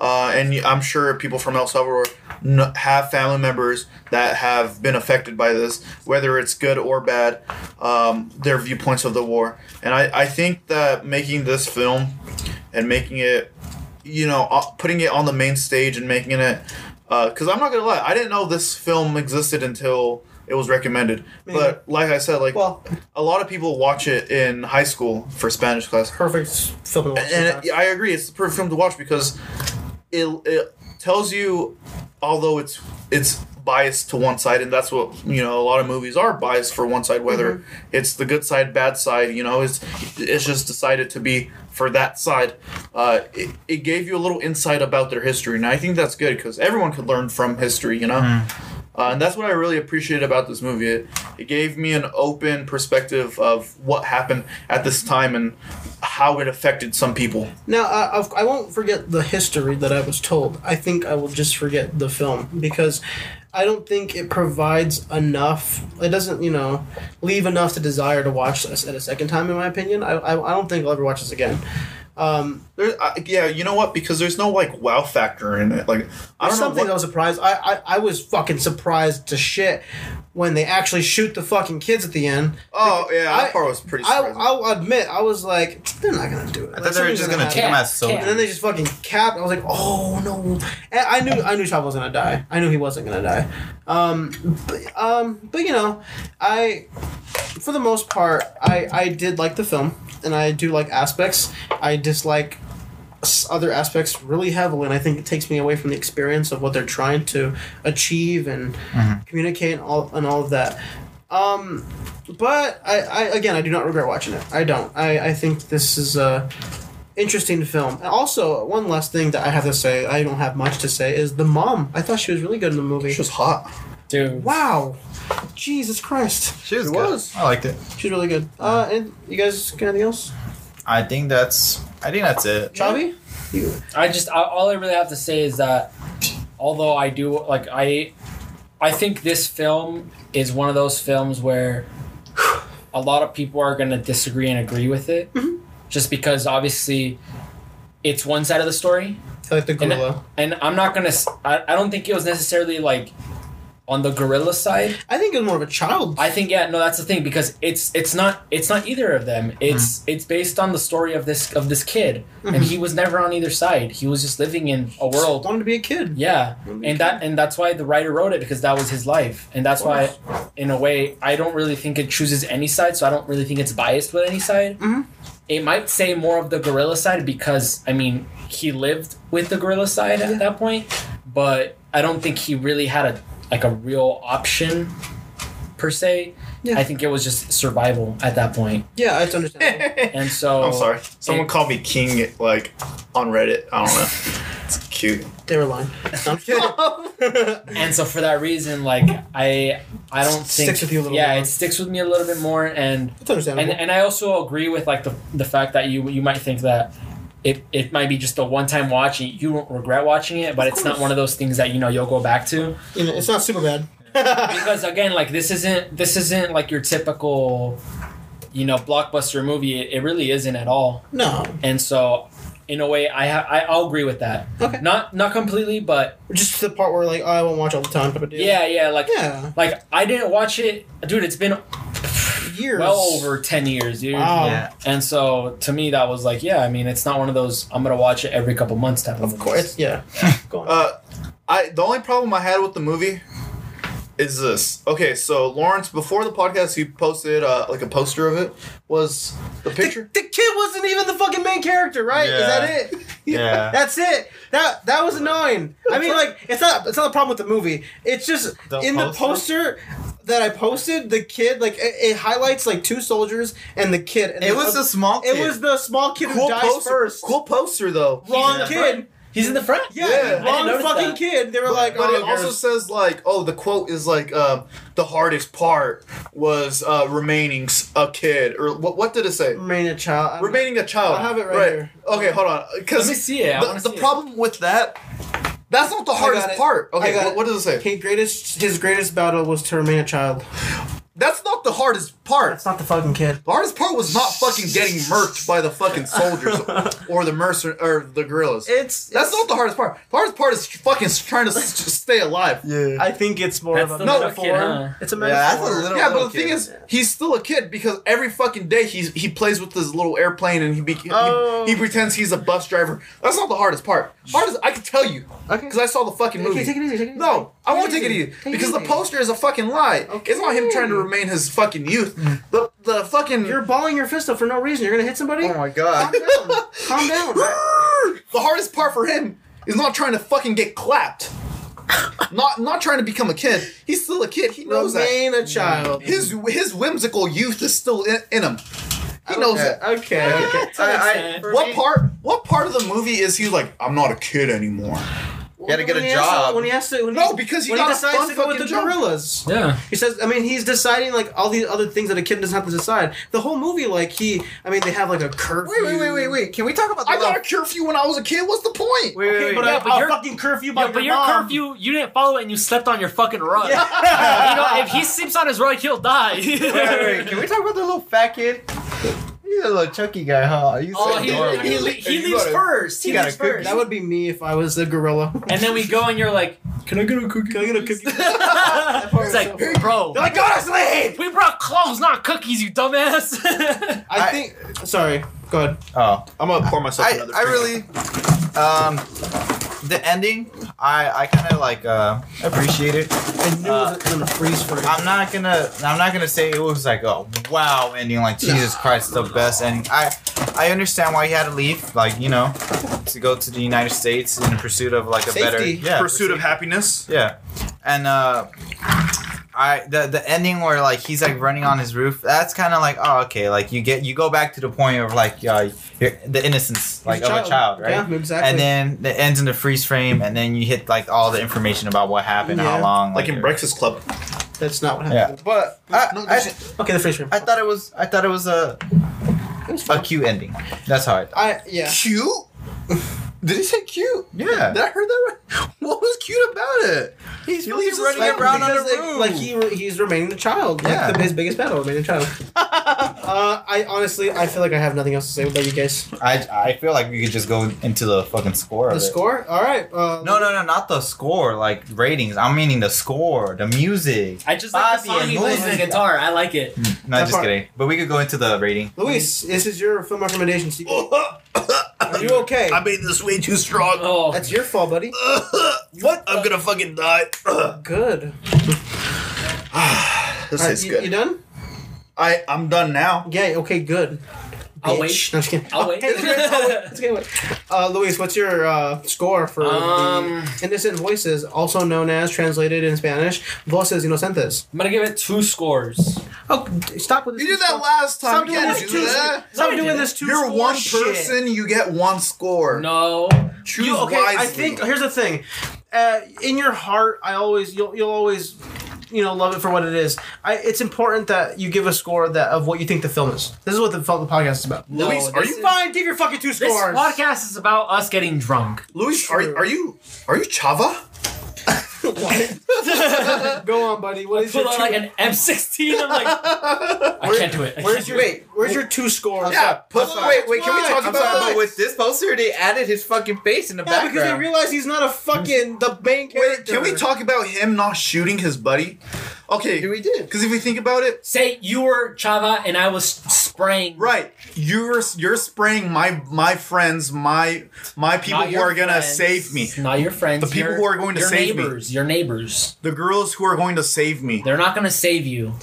uh, and you- I'm sure people from El Salvador kn- have family members that have been affected by this, whether it's good or bad, um, their viewpoints of the war. And I, I think that making this film and making it you know, uh, putting it on the main stage and making it. Because I'm not gonna lie, I didn't know this film existed until it was recommended. But like I said, like
Well-
a lot of people watch it in high school for Spanish class,
Perfect film to watch
and uh,
sometimes.
it, I agree, it's the perfect film to watch because it it tells you, although it's it's biased to one side, and that's what you know. A lot of movies are biased for one side, whether it's the good side, bad side. You know, it's it's just decided to be for that side. Uh, it, it gave you a little insight about their history, and I think that's good because everyone could learn from history. You know. Uh, and that's what I really appreciated about this movie. It, it gave me an open perspective of what happened at this time and how it affected some people.
Now, I, I've- I won't forget the history that I was told. I think I will just forget the film because I don't think it provides enough. It doesn't, you know, leave enough to desire to watch this at a second time, in my opinion. I, I, I don't think I'll ever watch this again. Um,
There, I yeah, you know what? Because there's no like wow factor in it. Like I
There's
don't know.
something
What,
I was surprised. I, I, I was fucking surprised to shit when they actually shoot the fucking kids at the end.
oh yeah, that
I-
part was pretty.
I,
surprising.
I'll admit, I was like, they're not gonna do it.
I thought they were just gonna take him as soldiers.
And then they just fucking capped. I was like, oh no! And I knew I knew Chavo was gonna die. I knew he wasn't gonna die. Um, but, um, but you know, I for the most part, I I did like the film, and I do like aspects. I dislike s- other aspects really heavily, and I think it takes me away from the experience of what they're trying to achieve and communicate and all and all of that. Um, but I, I again, I do not regret watching it. I don't. I, I think this is a interesting film. And also, one last thing that I have to say, I don't have much to say, is the mom. I thought she was really good in the movie.
She was hot.
Dude,
wow, Jesus Christ,
She was
It
good.
was.
I liked it.
she's really good. Uh, and you guys got anything else?
I think that's. I think that's it.
Chavi? You.
I just I, all I really have to say is that although I do like I I think this film is one of those films where a lot of people are going to disagree and agree with it just because obviously it's one side of the story
I like the
And-
gorilla.
and I'm not going to I, I don't think it was necessarily like on the gorilla side
I think it was more of a child.
I think yeah, no, that's the thing because it's it's not it's not either of them. It's it's based on the story of this of this kid, and he was never on either side. He was just living in a world.
wanted to be a kid.
Yeah,
Wanted to be a
and that and that's why the writer wrote it because that was his life, and that's why, in a way, I don't really think it chooses any side. So I don't really think it's biased with any side.
Mhm.
It might say more of the gorilla side because I mean he lived with the gorilla side at that point, but I don't think he really had a like a real option per se.
Yeah.
I think it was just survival at that point,
Yeah, it's understandable.
and so
I'm sorry. Someone
it-
called me king like on Reddit. I don't know. it's cute.
they were lying. I'm kidding.
and so for that reason, like I I don't
Sticks
think
with you a little
yeah
more.
it sticks with me a little bit more and.
it's understandable.
and and I also agree with like the the fact that you you might think that it it might be just a one time watch and you won't regret watching it, but it's not
course.
one of those things that you know you'll go back to
you know, it's not super bad.
because again, like this isn't this isn't like your typical you know blockbuster movie. It, it really isn't at all,
no,
and so. In a way, I ha- I- I'll agree with that.
Okay.
Not not completely, but
just the part where like oh, I won't watch all the time type of deal.
yeah, yeah. Like
Yeah.
like I didn't watch it, dude. It's been
Years.
well over ten years, dude.
Wow.
Yeah.
And so to me, that was like, yeah, I mean, it's not one of those I'm gonna watch it every couple months type of.
Of course. Yeah. Go on.
Uh, I the only problem I had with the movie is this. Okay, so Lawrence before the podcast, he posted uh, like a poster of it. Was the
the,
picture?
the kid wasn't even the fucking main character, right? Is that
Yeah.
it?
Yeah.
That's it. That that was annoying. I mean, like it's not it's not a problem with the movie. It's just
The
in the poster that I posted, the kid like it, it highlights like two soldiers and the kid. And
It was
the
a small.
it
kid.
was the small kid who
Cool
dies
poster.
first.
Cool poster though.
Wrong
Yeah.
kid.
He's in the front.
Yeah,
Yeah. I
didn't
wrong
notice
fucking
that.
kid. They were like,
But
oh,
it also says like, oh, the quote is like, um, the hardest part was uh, remaining s- a kid, or what? What did it say?
remain a child. I'm-
remaining a child.
I have it right here.
Okay, hold on.
Let
Because
me see it. I
the,
wanna
the
see it.
problem with that That's not the hardest
got it.
part.
I
Okay,
got
what,
it.
what does it say?
He greatest his greatest battle was to remain a child.
That's not the hardest part.
That's not the fucking kid.
The hardest part was not fucking getting murked by the fucking soldiers or the mercer or the gorillas.
It's
That's not the hardest part. The hardest part is fucking s- trying to s- to stay alive. Yeah,
yeah.
I think it's more
That's
of a
the little
metaphor.
kid, huh?
It's a
Yeah, that's
metaphor.
a little.
but
little
the thing
kid.
is, he's still a kid because every fucking day he's he plays with his little airplane and he be, he-
Oh.
he, pretends he's a bus driver. That's not the hardest part. Hardest I can tell you
Okay.
because I saw the fucking movie.
Okay, take it easy. Take it easy.
No, I won't take it
easy.
either
it
because the
easy.
poster is a fucking lie. It's not him trying to
Okay.
remain his fucking youth.
Mm.
The the fucking
You're balling your fist up for no reason. You're gonna hit somebody.
Oh my god.
Calm down.
the hardest part for him is not trying to fucking get clapped. Not not trying to become a kid. He's still a kid. He knows
Remain a
that.
child.
His his whimsical youth is still in, in him. He knows that.
Okay. okay.
I, I,
extent.
for
What
me-
part? What part of the movie is he like? I'm not a kid anymore.
You gotta get
When
a
he has to-
job.
when he has to. When
No,
he,
because he
when
got a
he decides
fun
to go with
fucking
the
job.
gorillas.
Yeah.
He says, I mean, he's deciding like all these other things that a kid doesn't have to decide. The whole movie, like he, I mean, they have like a curfew.
Wait, wait, wait, wait, wait. Can we talk about the
I
little-
got a curfew when I was a kid. What's the
Wait,
point?
wait,
Okay,
wait.
but,
Yeah,
I,
but
I'll
your-
fucking curfew by
Yeah, but
your
your
mom.
curfew, you didn't follow it and you slept on your fucking rug. you know, if he sleeps on his rug, he'll die.
wait, wait, wait. Can we talk about the little fat kid? He's a little chunky guy, huh? He's so
Oh, he,
adorable.
he, le- he
You
leaves
gotta-
first. He
you gotta
leaves
cook-
first.
That would be me if I was the gorilla.
and then we go and you're like,
Can I get a cookie? Can I get a cookie?
it's like, bro,
I got a slave.
we brought clothes, not cookies, you dumbass.
I
I-
think. Sorry. Go ahead.
Oh,
I'm gonna pour myself
I,
another.
I
drink.
really, um, the ending, I, I kind of like uh, appreciate it.
I knew
Uh,
it was gonna freeze for you.
I'm not gonna, I'm not gonna say it was like a wow ending, like Jesus Christ, the best ending. I, I understand why he had to leave, like you know, to go to the United States in pursuit of like a better,
Safety.
yeah,
pursuit of happiness.
Yeah, and uh, I the the ending where like he's like running on his roof. That's kind of like oh okay, like you get you go back to the point of like uh, your, the innocence like
He's
of a child, right?
Yeah, exactly.
And then it ends in the freeze frame, and then you hit like all the information about what happened, how
Yeah.
long,
Like in
break.
Breakfast Club.
that's not what
Yeah,
happened.
but I,
No,
I,
there's-
Okay, the freeze frame.
I thought it was I thought it was a
It was
a
fun.
cute ending. That's how I thought.
I yeah.
Cute. Did he say cute?
Yeah.
Did I heard that right? What was cute about it?
He's
really
really
running
running
like,
around on
because,
the
like,
roof.
Like he re- he's remaining a child. Like
Yeah.
the, his biggest battle, remaining a child. uh, I honestly, I feel like I have nothing else to say about you guys.
I, I feel like we could just go into the fucking score. of
The
it.
score. All right. Uh,
No, no, no, not the score, like ratings. I'm meaning the score, the music.
I just like the
Bobby
song he
and
plays on the
Lucy.
guitar. I like it.
No,
That
just
part.
kidding. But we could go into the rating.
Luis, this is your film recommendation.
Oh,
So you can- are you okay?
I made this way too strong.
Oh,
That's your fault, buddy.
what? I'm gonna fucking die.
Good.
This
All right,
is
you,
good.
you done?
I I'm done now.
Yeah. Okay. Good.
I'll
Bitch.
wait.
No, I'm just kidding.
I'll wait.
It's okay, I'll wait. It's okay, wait. Uh, Luis, what's your uh, score for
Um,
the Innocent Voices, also known as translated in Spanish, Voces Inocentes?
I'm gonna give it two scores.
Oh, d- stop with this.
You did that
score.
last time.
Stop
You
doing
can't
this
do
two.
that.
Stop
No, I
doing
didn't.
this two.
You're one
score shit.
person. You get one score.
No,
Choose
You- okay,
wisely.
I think here's the thing. Uh, in your heart, I always you'll you'll always you know love it for what it is. I it's important that you give a score that of what you think the film is. This is what the, film, the podcast is about.
No,
Luis, are
this
you
is-
Fine, give your fucking two
This
scores.
podcast is about us getting drunk.
Luis, are, are you are you Chava?
Go on, buddy. What is
Pull
your
out
two,
like an M16. I'm like, I can't do it. I
where's
can't
your
do it.
wait? Where's your two scores?
Yeah. Put, wait, wait. Can we
Why?
talk
I'm
about
sorry,
that?
but
with this poster, they added his fucking face in the
Yeah, because they realize he's not a fucking the main
Wait,
character.
can we talk about him not shooting his buddy? Okay,
we did.
because if we think about it,
Say you were Chava and I was spraying.
right, you're you're spraying my my friends, my my people
Not
who
your
are gonna
friends,
save me,
Not your friends.
The people
your-
who are going to
your
save me.
neighbors, Your neighbors.
the girls who are going to save me.
They're not gonna save you.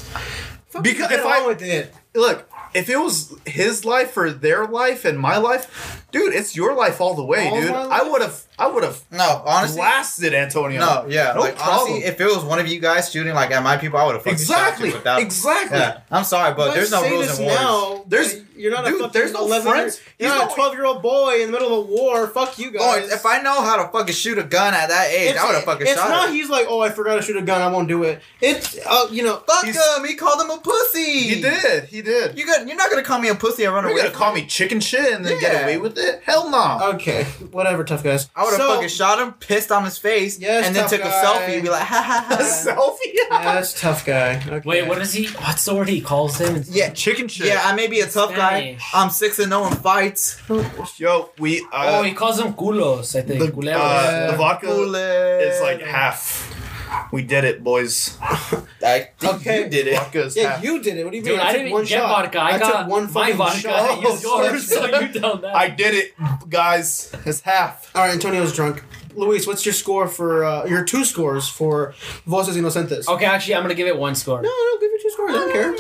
Because
Get
if I
on with it.
look, if it was his life or their life and my life, dude, it's your life all the way,
All
dude.
my
I would have, I would have
No, honestly.
blasted Antonio.
no, yeah.
no
like,
problem.
honestly, if it was one of you guys shooting like at my people, I would have fucking shot
exactly,
you without.
exactly.
Yeah, I'm sorry, but
Let's
there's no
say
rules
this
and wars.
now.
There's
You're not
Dude,
a fucking
there's no
11 year-
friends.
You're
He's
not
no-
a 12 year old boy in the middle of a war. Fuck you guys.
Lawrence, if I know how to fucking shoot a gun at that age,
It's-
I would have fucking
It's
shot
not.
it.
He's like, oh, I forgot to shoot a gun. I won't do it. It's uh, you know,
Fuck
he's-
him. He called him a pussy.
He did. He did.
You got, you're not gonna call me a pussy and run
You're
away.
gonna
from
call
it.
me chicken shit and then
Yeah.
get away with it? Hell no.
Okay, whatever, tough guys.
I would have
So-
fucking shot him, pissed on his face,
Yes,
and then
tough
took a
guy.
selfie and be like, ha ha
a
ha.
selfie.
Yes, tough guy. Okay.
Wait, what is he? What's the word he calls him?
Yeah,
Chicken shit.
yeah, I may be a tough guy.
Spanish.
I'm six and no in fights.
Yo, we
Oh,
uh,
he calls them culos, I think.
the,
Culeros.
uh, the vodka
It's
is like half. We did it, boys.
I think
Okay.
you did it.
Vodka is
Yeah,
half.
you did it. What do you mean?
Dude, I didn't
took
even get
shot.
vodka. I,
took
got
one
my
fucking
vodka.
shot.
I used yours, so you tell that.
I did it, guys. It's half.
All right, Antonio's drunk. Luis, what's your score for uh, your two scores for Voces Inocentes?
okay, actually, I'm gonna give it one score.
No, no, give your two scores. I don't care.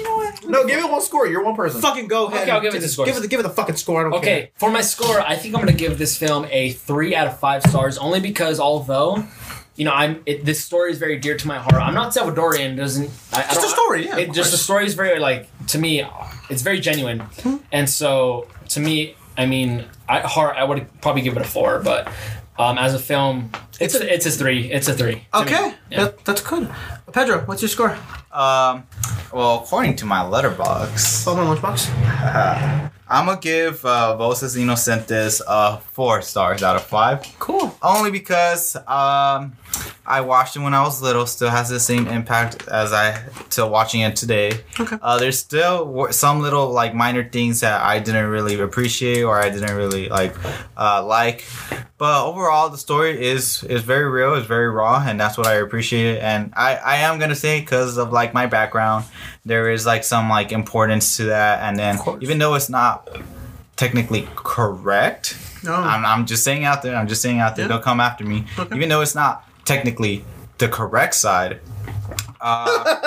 No, give it one score. You're one person.
Fucking go ahead.
Okay, I'll give it
Give
the scores.
Give it, the, give it the fucking score. I don't
Okay, for my score, I think I'm gonna give this film a three out of five stars, only because although, you know, I'm it, this story is very dear to my heart. I'm not Salvadorian, it doesn't I, I
Just
don't-
a story, yeah,
Uh, It,
of
just the
course.
story is very like to me, it's very genuine, and so to me, I mean, at heart, I would probably give it a four, but um, as a film, it's a, it's a three, it's a three.
care.
to me.
Okay,
Yeah.
that, that's good. Pedro, what's your score?
Um, well, according to my letterbox,
Hold on, lunchbox.
I'm gonna give uh, Voces Inocentes uh, four stars out of five.
Cool.
Only because um, I watched it when I was little, still has the same impact as I till watching it today.
Okay.
Uh, there's still w- some little like minor things that I didn't really appreciate or I didn't really like uh, like, but overall the story is is very real, it's very raw, and that's what I appreciate. And I I am gonna say because of like my background, there is like some like importance to that, and then
course.
even though it's not technically correct.
No.
I'm, I'm just saying out there. I'm just saying out there.
Oh. Yeah.
Don't come after me,
Okay.
even though it's not technically the correct side. Uh,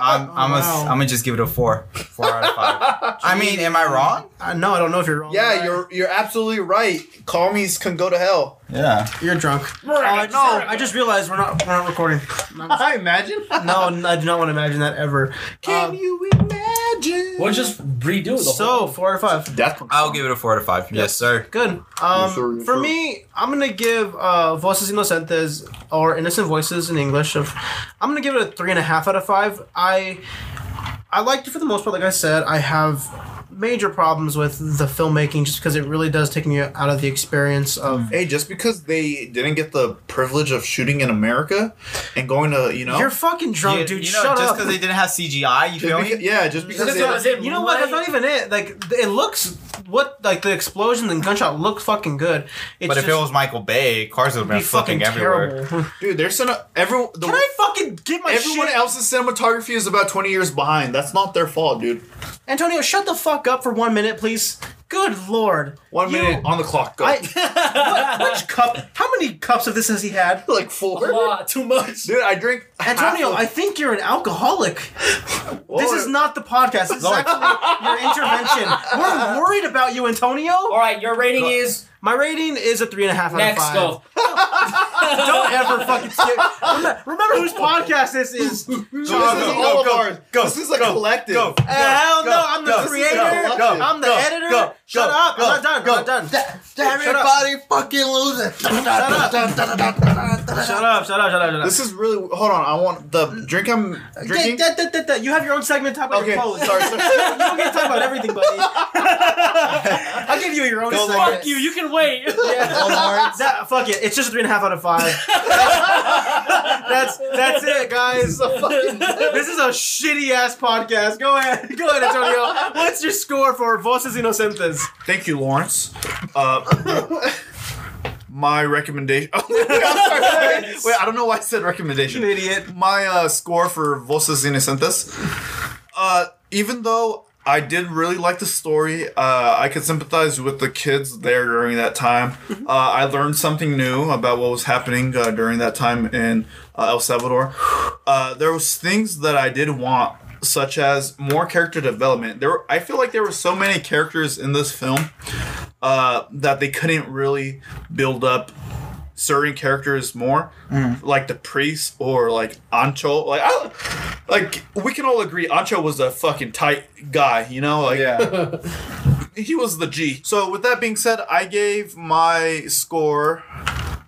I'm I'm gonna
wow.
I'm gonna just give it a four, four out of five. I mean, am I wrong?
Uh, no, I don't know if you're wrong.
Yeah, you're you're absolutely right. Commies can go to hell.
Yeah.
you're drunk. Uh, no, I just realized we're not we're not recording.
I imagine.
No, n- I do not want to imagine that ever.
Can
Um,
you imagine?
We'll just redo the
So
whole.
four out of five.
Death.
I'll give it a four out of five. Yes, sir.
Good.
Yes, sir,
Um,
yes,
for
sir.
me, I'm gonna give uh, Voces Inocentes or Innocent Voices in English. Of, I'm gonna give it a three and a half out of five. I I liked it for the most part. Like I said, I have major problems with the filmmaking just because it really does take me out of the experience of.
Hey, just because they didn't get the privilege of shooting in America and going to, you know,
You're fucking drunk,
You-
dude.
you know,
shut
just
up.
because they didn't have CGI, you
just
feel
beca-
me?
yeah, just because
That's
they,
what I was saying,
you know what? That's not
light-
even it. Like th- it looks what like the explosions and gunshot look fucking good. It's
But if
just
it was Michael Bay, cars would have
be
been fucking everywhere.
terrible.
dude, there's some everyone. The,
Can I fucking get my
everyone
shit?
else's cinematography is about 20 years behind. That's not their fault, dude.
Antonio, shut the fuck up for one minute, please. Good lord.
One
You-
minute on the clock. Go.
I, what, which cup? How many cups of this has he had?
like
A
four.
lot, too much.
Dude, I drink.
Antonio,
half
I think you're an alcoholic.
of- Well,
This is not the podcast. This is
Lord.
actually your intervention. We're worried about you,
All
Antonio.
right, your rating is
My rating is a three and a half out
next.
of five.
Go.
Don't ever fucking skip. Remember, remember whose podcast this is.
This
Go,
is
go,
all of
go,
ours.
go,
This is a
go,
collective.
go.
Hell
go,
no, I'm the
go,
creator.
go, go,
I'm the
go,
editor.
go,
Shut
go,
up.
go,
I'm not done.
go.
I'm not done. Shut up.
Everybody fucking losing.
Shut up. Shut up. Shut up. Shut up.
This is really. Hold on. I want the drink I'm drinking.
Da- da- da- da- da. You have your own segment. Talk about
Okay,
your clothes.
sorry, sorry.
you don't get to talk about everything, buddy. I'll give you your own
Go,
segment.
Lawrence.
Fuck you. You can wait.
Yeah. That, fuck it. It's just a three and a half out of five. that's that's it, guys. This is a shitty ass podcast. Go ahead, go ahead, Antonio. What's your score for Voces Inocentes?
Thank you, Lawrence. Uh, my recommendation. Oh, wait, I'm sorry. Wait, I don't know why I said recommendation.
An idiot.
My uh, score for Voces Inocentes. Uh, even though I did really like the story, uh, I could sympathize with the kids there during that time. Uh, I learned something new about what was happening uh, during that time in uh, El Salvador. Uh, there was things that I did want, such as more character development. There, were, I feel like there were so many characters in this film uh, that they couldn't really build up certain characters more,
Mm.
like the priest or like Ancho. Like, I, like we can all agree, Ancho was a fucking tight guy, you know. Like,
Yeah.
he was the G.
So with that being said, I gave my score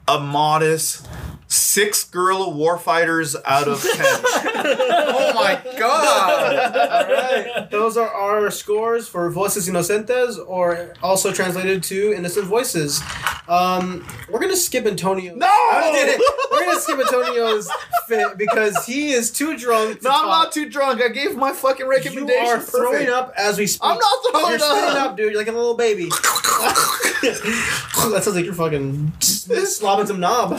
a modest six guerrilla warfighters out of ten.
Oh my god!
Alright, Those are our scores for Voces Inocentes, or also translated to Innocent Voices. Um, we're gonna skip Antonio. No, I did it. We're gonna skip Antonio's fit because he is too drunk. To
No, I'm not
talk.
too drunk. I gave my fucking
You
recommendation.
are throwing
Perfect.
up as we speak.
I'm not throwing
You're spitting
up.
up, dude. You're like a little baby. that sounds like you're fucking slobbing some knob.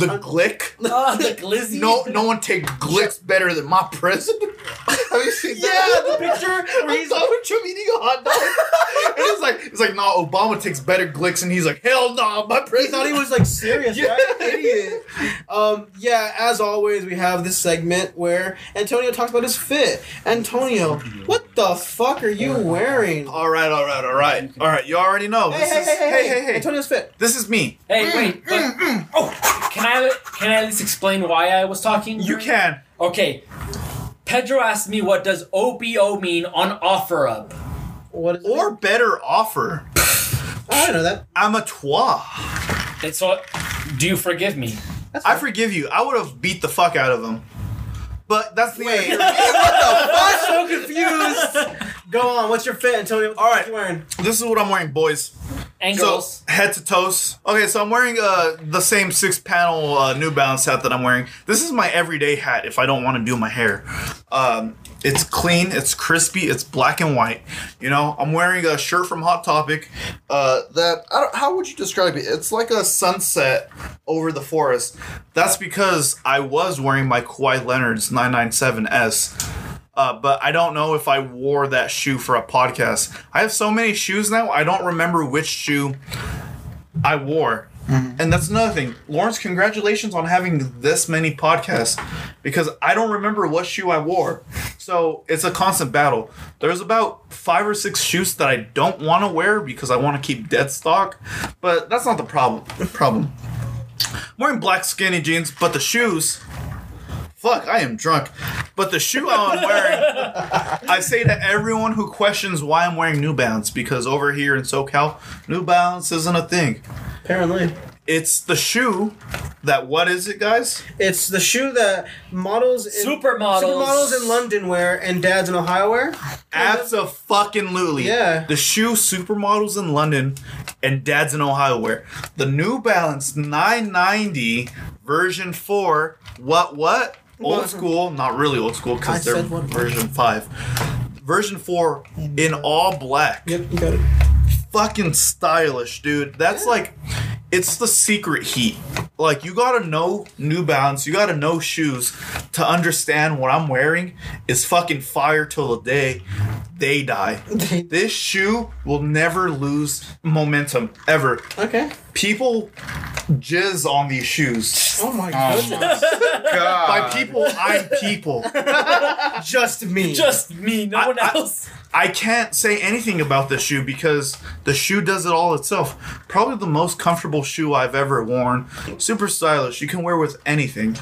The Glick.
Oh, the glizzy.
No, no one take Glicks better than my president. Have you seen that?
the picture
I saw Trump eating a hot dog. and it's like, it's like, nah, Obama takes better Glicks, and he's like, hell nah, my
He
president.
thought he was like serious,
Yeah.
right? Idiot. Um, yeah, as always, we have this segment where Antonio talks about his fit. Antonio, what the fuck are you wearing? Hey,
all right, all right, all right, all right. You already know. This
hey,
is,
hey, hey,
hey, hey, hey.
Antonio's fit.
This is me.
Hey, wait. but- oh, Can I can I at least explain why I was talking?
You can.
Okay. Pedro asked me what does OBO mean on OfferUp.
What is it?
Or better offer.
I don't know that.
I'm a trois.
And so, do you forgive me?
I forgive you. I would have beat the fuck out of him. But that's the
Wait,
way.
I'm so confused. Go on. What's your fit, Antonio? What the
All
fuck
right.
you wearing?
This is what I'm wearing, boys.
And
So
girls.
head to toes. Okay, so I'm wearing uh, the same six panel uh, New Balance hat that I'm wearing. This is my everyday hat if I don't want to do my hair. Um, it's clean, it's crispy, it's black and white. You know, I'm wearing a shirt from Hot Topic.
uh, that I don't, how would you describe it? It's like a sunset over the forest.
That's because I was wearing my Kawhi Leonard's 997S. Uh, but I don't know if I wore that shoe for a podcast. I have so many shoes now, I don't remember which shoe I wore. And that's another thing. Lawrence, congratulations on having this many podcasts because I don't remember what shoe I wore. So it's a constant battle. There's about five or six shoes that I don't want to wear because I want to keep dead stock, but that's not the problem. Problem. I'm wearing black skinny jeans, but the shoes.
Fuck, I am drunk.
But the shoe I'm wearing, I say to everyone who questions why I'm wearing New Balance because over here in SoCal, New Balance isn't a thing.
Apparently,
It's the shoe that what is it, guys?
it's the shoe that models, in,
Supermodels.
supermodels in London wear, and dads in Ohio wear.
Absolutely.
Yeah.
The shoe supermodels in London and dads in Ohio wear. The New Balance 990 version 4. What, what? Old school. Not really old school
I
because they're
said what?
version 5. Version 4 in all black.
Yep, you got it.
Fucking stylish, dude. That's like. It's the secret heat. Like you gotta know New Balance, you gotta know shoes to understand what I'm wearing is fucking fire till the day they die. This shoe will never lose momentum ever.
okay.
People jizz on these shoes.
Oh my
Um,
Oh
goodness.
my god!
By people, I'm people.
Just me.
Just me, no
I-
one
I-
else.
I can't say anything about this shoe because the shoe does it all itself. Probably the most comfortable shoe I've ever worn. Super stylish. You can wear with anything.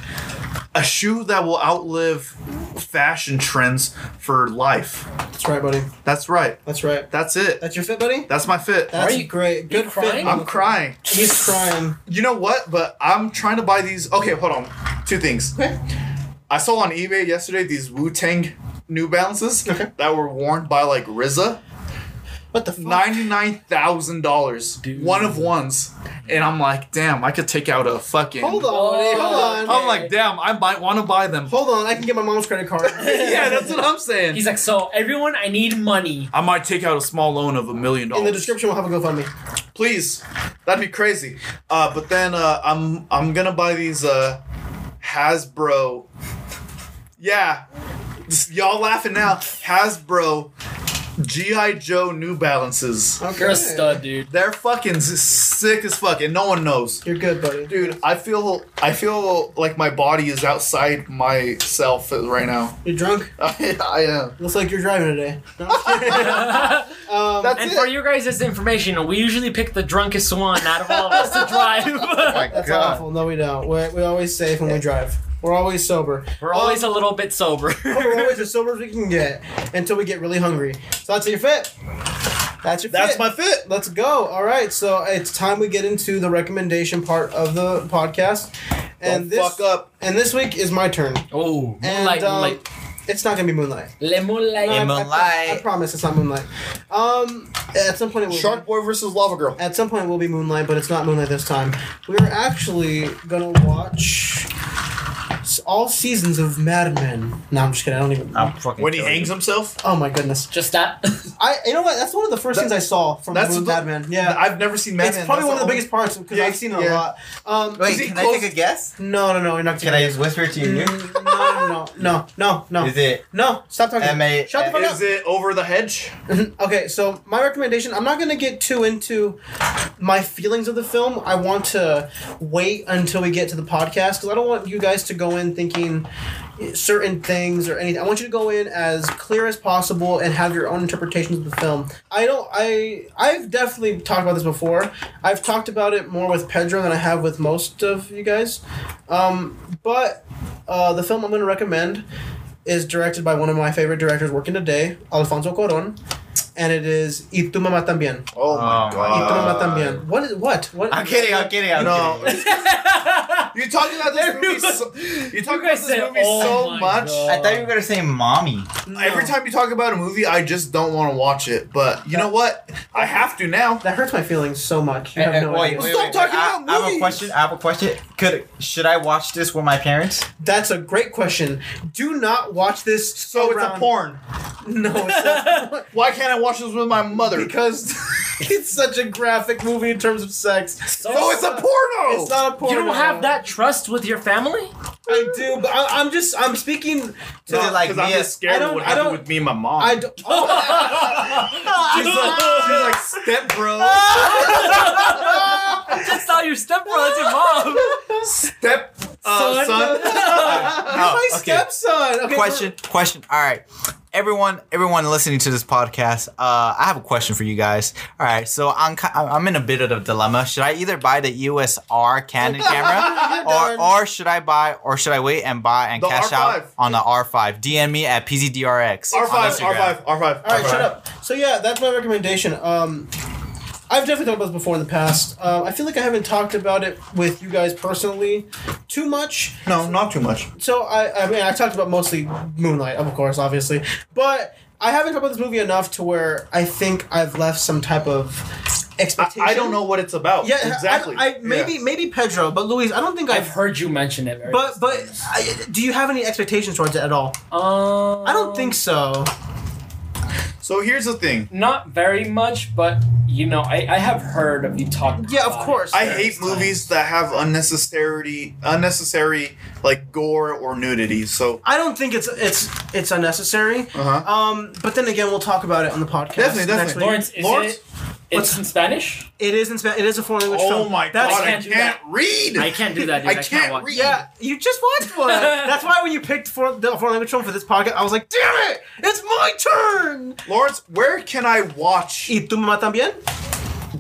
A shoe that will outlive fashion trends for life.
That's right, buddy.
That's right.
That's right.
That's it.
That's your fit, buddy.
That's my fit.
That's
you-
great. Good fit.
crying?
I'm crying.
He's crying.
You know what? But I'm trying to buy these. Okay, hold on. Two things.
Okay.
I saw on eBay yesterday these Wu Tang New Balances
Okay.
that were worn by like RZA.
What the fuck?
Ninety nine thousand dollars,
Dude.
one of ones, and I'm like, damn, I could take out a fucking.
Hold on, buddy. Hold on.
I'm like, damn, I might want to buy them.
Hold on. I can get my mom's credit card. In
yeah, that's what I'm saying.
He's like, so everyone, I need money.
I might take out a small loan of a million
the description, we'll have a GoFundMe.
please that'd be crazy uh, but then uh, i'm i'm gonna buy these uh, hasbro yeah Just- y'all laughing now hasbro gi joe new balances
Okay.
You're a stud, dude.
they're fucking s- sick as fuck and no one knows
You're good, buddy.
dude i feel i feel like my body is outside myself right now
You're drunk.
i, I am
Looks like you're driving today. No, I'm just kidding. um,
that's
And
it
for you guys, this information, we usually pick the drunkest one out of all of us to
Oh
drive.
my
that's
god!
awful. No, we don't. We're, we always safe when we drive. We're always sober.
We're always a little bit sober.
We're always as sober as we can get until we get really hungry. So that's your fit. That's your
That's
fit.
my fit.
Let's go. All right, so it's time we get into the recommendation part of the podcast, and
Don't
this
fuck up.
and this week is my turn.
Oh,
And
moonlight,
um,
moonlight,
it's not gonna be moonlight.
Le moonlight.
No, I- I- I,
Moonlight.
promise it's not moonlight. Um, at some point it will. be.
Shark Boy versus Lava Girl.
At some point it will be moonlight, but it's not moonlight this time. We are actually gonna watch s- all seasons of Mad Men. No, I'm just kidding. I don't even.
I'm fucking
When he
killing
hangs
you.
himself.
Oh my goodness!
Just that.
I you know what? That's one of the first
That-
things I saw from
That's
Moon-
the-
Mad Men. Yeah,
I've never seen Mad
it's
Men.
probably
That's
one of the
only-
biggest parts because
Yeah,
I've seen it
yeah.
a lot. Um,
Is he
Wait, can I
close-
take a guess?
No, no, no, you're not.
Can I just whisper it to your ear?
Mm, No, no, no, no, no.
Is it
No, stop talking.
M A?
Shut the fuck
Is it over the hedge?
okay, so my recommendation. I'm not gonna get too into my feelings of the film. I want to wait until we get to the podcast because I don't want you guys to go in thinking certain things or anything. I want you to go in as clear as possible and have your own interpretations of the film. I don't. I I've definitely talked about this before. I've talked about it more with Pedro than I have with most of you guys. Um, but uh, the film I'm gonna recommend is directed by one of my favorite directors working today, Alfonso Cuarón, and it is Y tu mamá también.
Oh
my
my
Y tu
god.
mamá también. What is what? What?
I'm kidding. I'm kidding. I'm
No.
kidding.
You talked about this movie so, you talk about
guys
this
said,
movie
"Oh
so
my
much.
God."
I thought you were gonna say mommy.
No.
Every time you talk about a movie, I just don't want to watch it. But you know what? I have to now.
That hurts my feelings so much. You
Eh, eh,
have no
wait,
idea.
wait,
Stop
wait,
talking
I,
about
I have a
movies.
question. I have a question. Could should I watch this with my parents?
That's a great question. Do not watch this.
So it's a
around-
porn.
No, it's not.
Why can't I watch this with my mother?
because it's such a graphic movie in terms of sex.
So,
No, it's a porno.
It's not a porn.
you don't have that trust with your family.
I do, but I, I'm just I'm speaking.
Is it like
I'm
me?
just
as-
scared
I
of
don't-
what
I
happened
don't-
with me and my mom.
I don't. Oh,
she's, like, she's like step bro,
That's not your stepbrother. That's your mom.
step uh, son.
Son.
my
okay.
stepson. Okay,
question. Question. All right. Everyone, everyone listening to this podcast, uh, I have a question for you guys. All right, so I'm ki- I'm I'm in a bit of a dilemma. Should I either buy the USR Canon camera,
Darn.
or or should I buy, or should I wait and buy and
The
cash out
R5.
on the R5? DM me at PZDRX. on
R five,
Instagram.
R five, R five.
All right, shut up. So yeah, that's my recommendation. Um, I've definitely talked about this before in the past. Um, I feel like I haven't talked about it with you guys personally too much.
No, not too much.
So I, I mean, I talked about mostly Moonlight, of course, obviously, but I haven't talked about this movie enough to where I think I've left some type of
I,
expectation.
I don't know what it's about.
Yeah, I-
exactly.
I, maybe
Yeah.
maybe Pedro, but Luis, I don't think I've.
I've heard you mention it. Very
but but I, do you have any expectations towards it at all?
um,
I don't think so.
So here's the thing.
Not very much, but you know, I, I have heard of you talk.
Yeah, of
about it
course.
I
various
hate
times.
movies that have unnecessary, unnecessary like gore or nudity. So
I don't think it's it's it's unnecessary.
Uh-huh.
Um, but then again, we'll talk about it on the podcast.
Definitely,
next
definitely.
week.
Lawrence, is
Lawrence?
it? It's in Spanish.
It is in Spa- it is a foreign language
oh
film.
my
That's,
god, I
can't
can't,
do that.
read.
I can't do that. Dude.
I
I can't,
can't
watch.
read.
Yeah, you just watched one. That's why when you picked for the foreign language film for this podcast, I was like, damn it, it's my turn.
Lawrence, where can I watch
Y tu mamá también?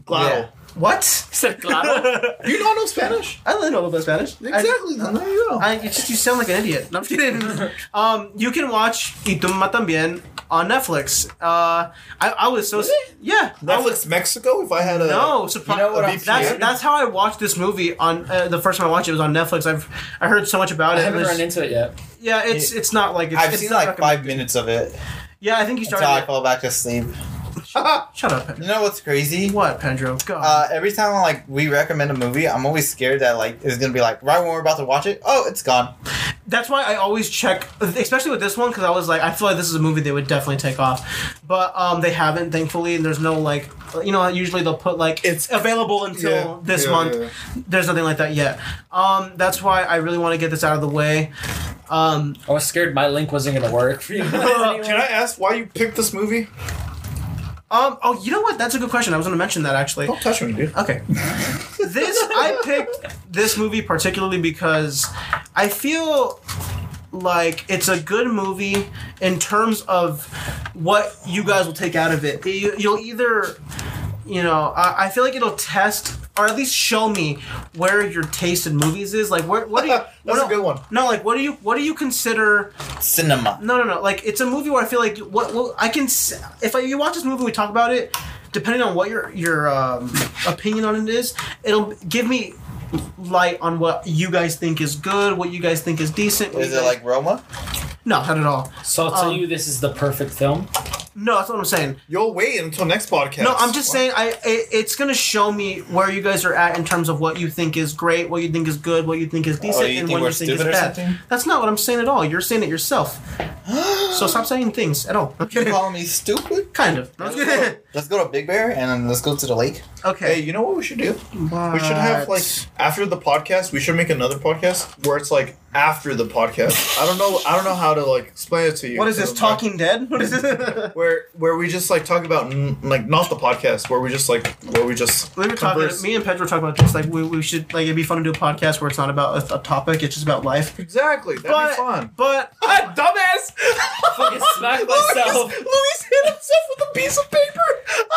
Glado?
What?
Said claro.
You don't know Spanish?
I only know a little bit of Spanish.
Exactly.
I,
there you go.
I, it's just you sound like an idiot. No, I'm kidding. um, you can watch Y tu mamá también on Netflix. Uh, I, I was so yeah. I was-
Netflix Mexico. If I had a
No, surprise.
You know what
A
I'm
VPN?
That's
Yeah.
saying?
that's how I watched this movie on uh, the first time I watched it was on Netflix. I've I heard so much about
I
it. It
haven't
was-
run into it yet.
yeah, it's it's not like it's,
I've
it's
seen
not
like
recommend-
five minutes of it
Yeah, I think you
until I
started.
fall back asleep.
Shut up. Pedro.
You know what's crazy?
What, Pedro? Go.
Uh, every time like we recommend a movie, I'm always scared that like it's gonna be like right when we're about to watch it, oh it's gone.
that's why I always check, especially with this one, because I was like, I feel like this is a movie they would definitely take off, but um, they haven't, thankfully. And there's no like, you know, usually they'll put like
It's-
it's available until
Yeah,
this
yeah,
month.
yeah, yeah.
There's nothing like that yet. Um, that's why I really want to get this out of the way. Um,
I was scared my link wasn't gonna work for you. guys anyway.
Can I ask why you picked this movie?
um, oh, you know what? That's a good question. I was going to mention that actually.
Don't touch me, dude.
Okay. this I picked this movie particularly because I feel like it's a good movie in terms of what you guys will take out of it. You, you'll either, you know, I, I feel like it'll test or at least show me where your taste in movies is. Like, where, what do you?
That's
what
a good one.
No, like, what do you? What do you consider?
Cinema.
No, no, no. Like it's a movie where I feel like what, what I can. s- If I, you watch this movie, we talk about it. depending on what your your um, opinion on it is, it'll give me light on what you guys think is good, what you guys think is decent. what
Is
you
it
guys-
like Roma?
no, not at all.
So to
Um,
you, this is the perfect film.
No, that's what I'm saying.
You'll wait until next podcast.
No, I'm just saying I it, it's gonna show me where you guys are at in terms of what you think is great, what you think is good, what you think is decent,
Oh, you
and
think
what
we're
you think is
stupid or
bad.
something?
That's not what I'm saying at all. You're saying it yourself. so stop saying things at all.
You calling me stupid?
Kind of.
Let's go, let's go to Big Bear and then let's go to the lake.
Hey,
okay.
you know what we should do? We should have like after the podcast. We should make another podcast where it's like after the podcast. I don't know. I don't know how to like explain it to you.
What is this? Talking Dead? What is this?
Where where we just like talk about n- like not the podcast where we just like where we just
we were talking.
converse.
Me and Pedro were talking about this. Like we, we should like it'd be fun to do a podcast where it's not about a, a topic. It's just about life.
exactly. That'd
But-
be fun.
But
Dumbass.
Fucking smack myself.
Luis hit himself with a piece of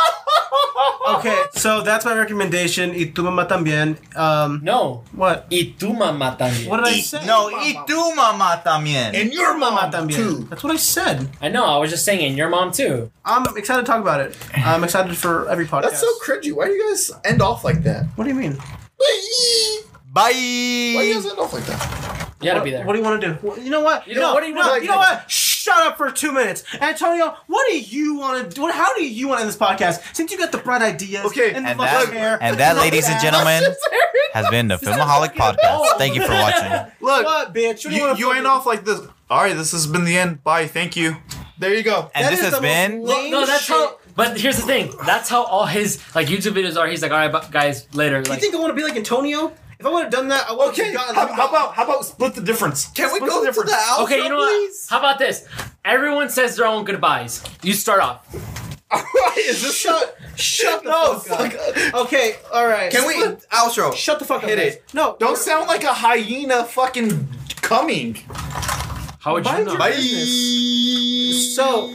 paper.
okay, so that's my recommendation. Y tú me también. Um,
No.
what?
Y tu mamá también.
What did I
Eat-
say?
no, eat tu mama también.
And your mama
Mama también.
too.
That's what I said.
I know. I was just saying, and your mom too.
I'm excited to talk about it. I'm excited for every podcast.
That's so cringy. Why do you guys end off like that?
What do you mean?
Bye.
Why do you guys end off like that?
You gotta
what,
be there.
What do you want to do? What- You know what?
You know, what do you
no,
wanna-
You know what? Shut up for two minutes, Antonio. What do you want to do? How do you want to end this podcast? Since you got the bright ideas,
Okay,
and, the
And
fucking
that,
hair,
and that,
look
ladies and
at
gentlemen, has been the Filmaholic Podcast. Thank you for watching.
Look,
What, bitch? What do you,
you,
want
you ain't off like this.
All right, this has been the end. Bye. Thank you.
There you go.
And
That
this
is
has
the most
been.
lame
no, that's
shit.
how. But here's the thing. That's how all his like YouTube videos are. He's like, all right, bu- guys, later.
You
Like,
think I want to be like Antonio? If I would have done that, I would have
Okay,
gotten.
how, how about how about split the difference?
Can we
Split
go to the outro,
okay, you know what?
please?
How about this? Everyone says their own goodbyes. You start off.
Is this shut?
shut the
No,
Oh, fuck up? Okay, all right.
Can we outro?
shut the fuck up?
Hit
guys.
it.
No,
Don't sound like a hyena fucking coming.
How would you
Mind
know?
your business. So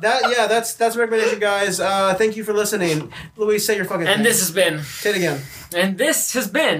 that yeah, that's that's my recommendation, guys. Uh, thank you for listening. Louise, say your fucking. thing.
And this has been.
say it again.
And this has been.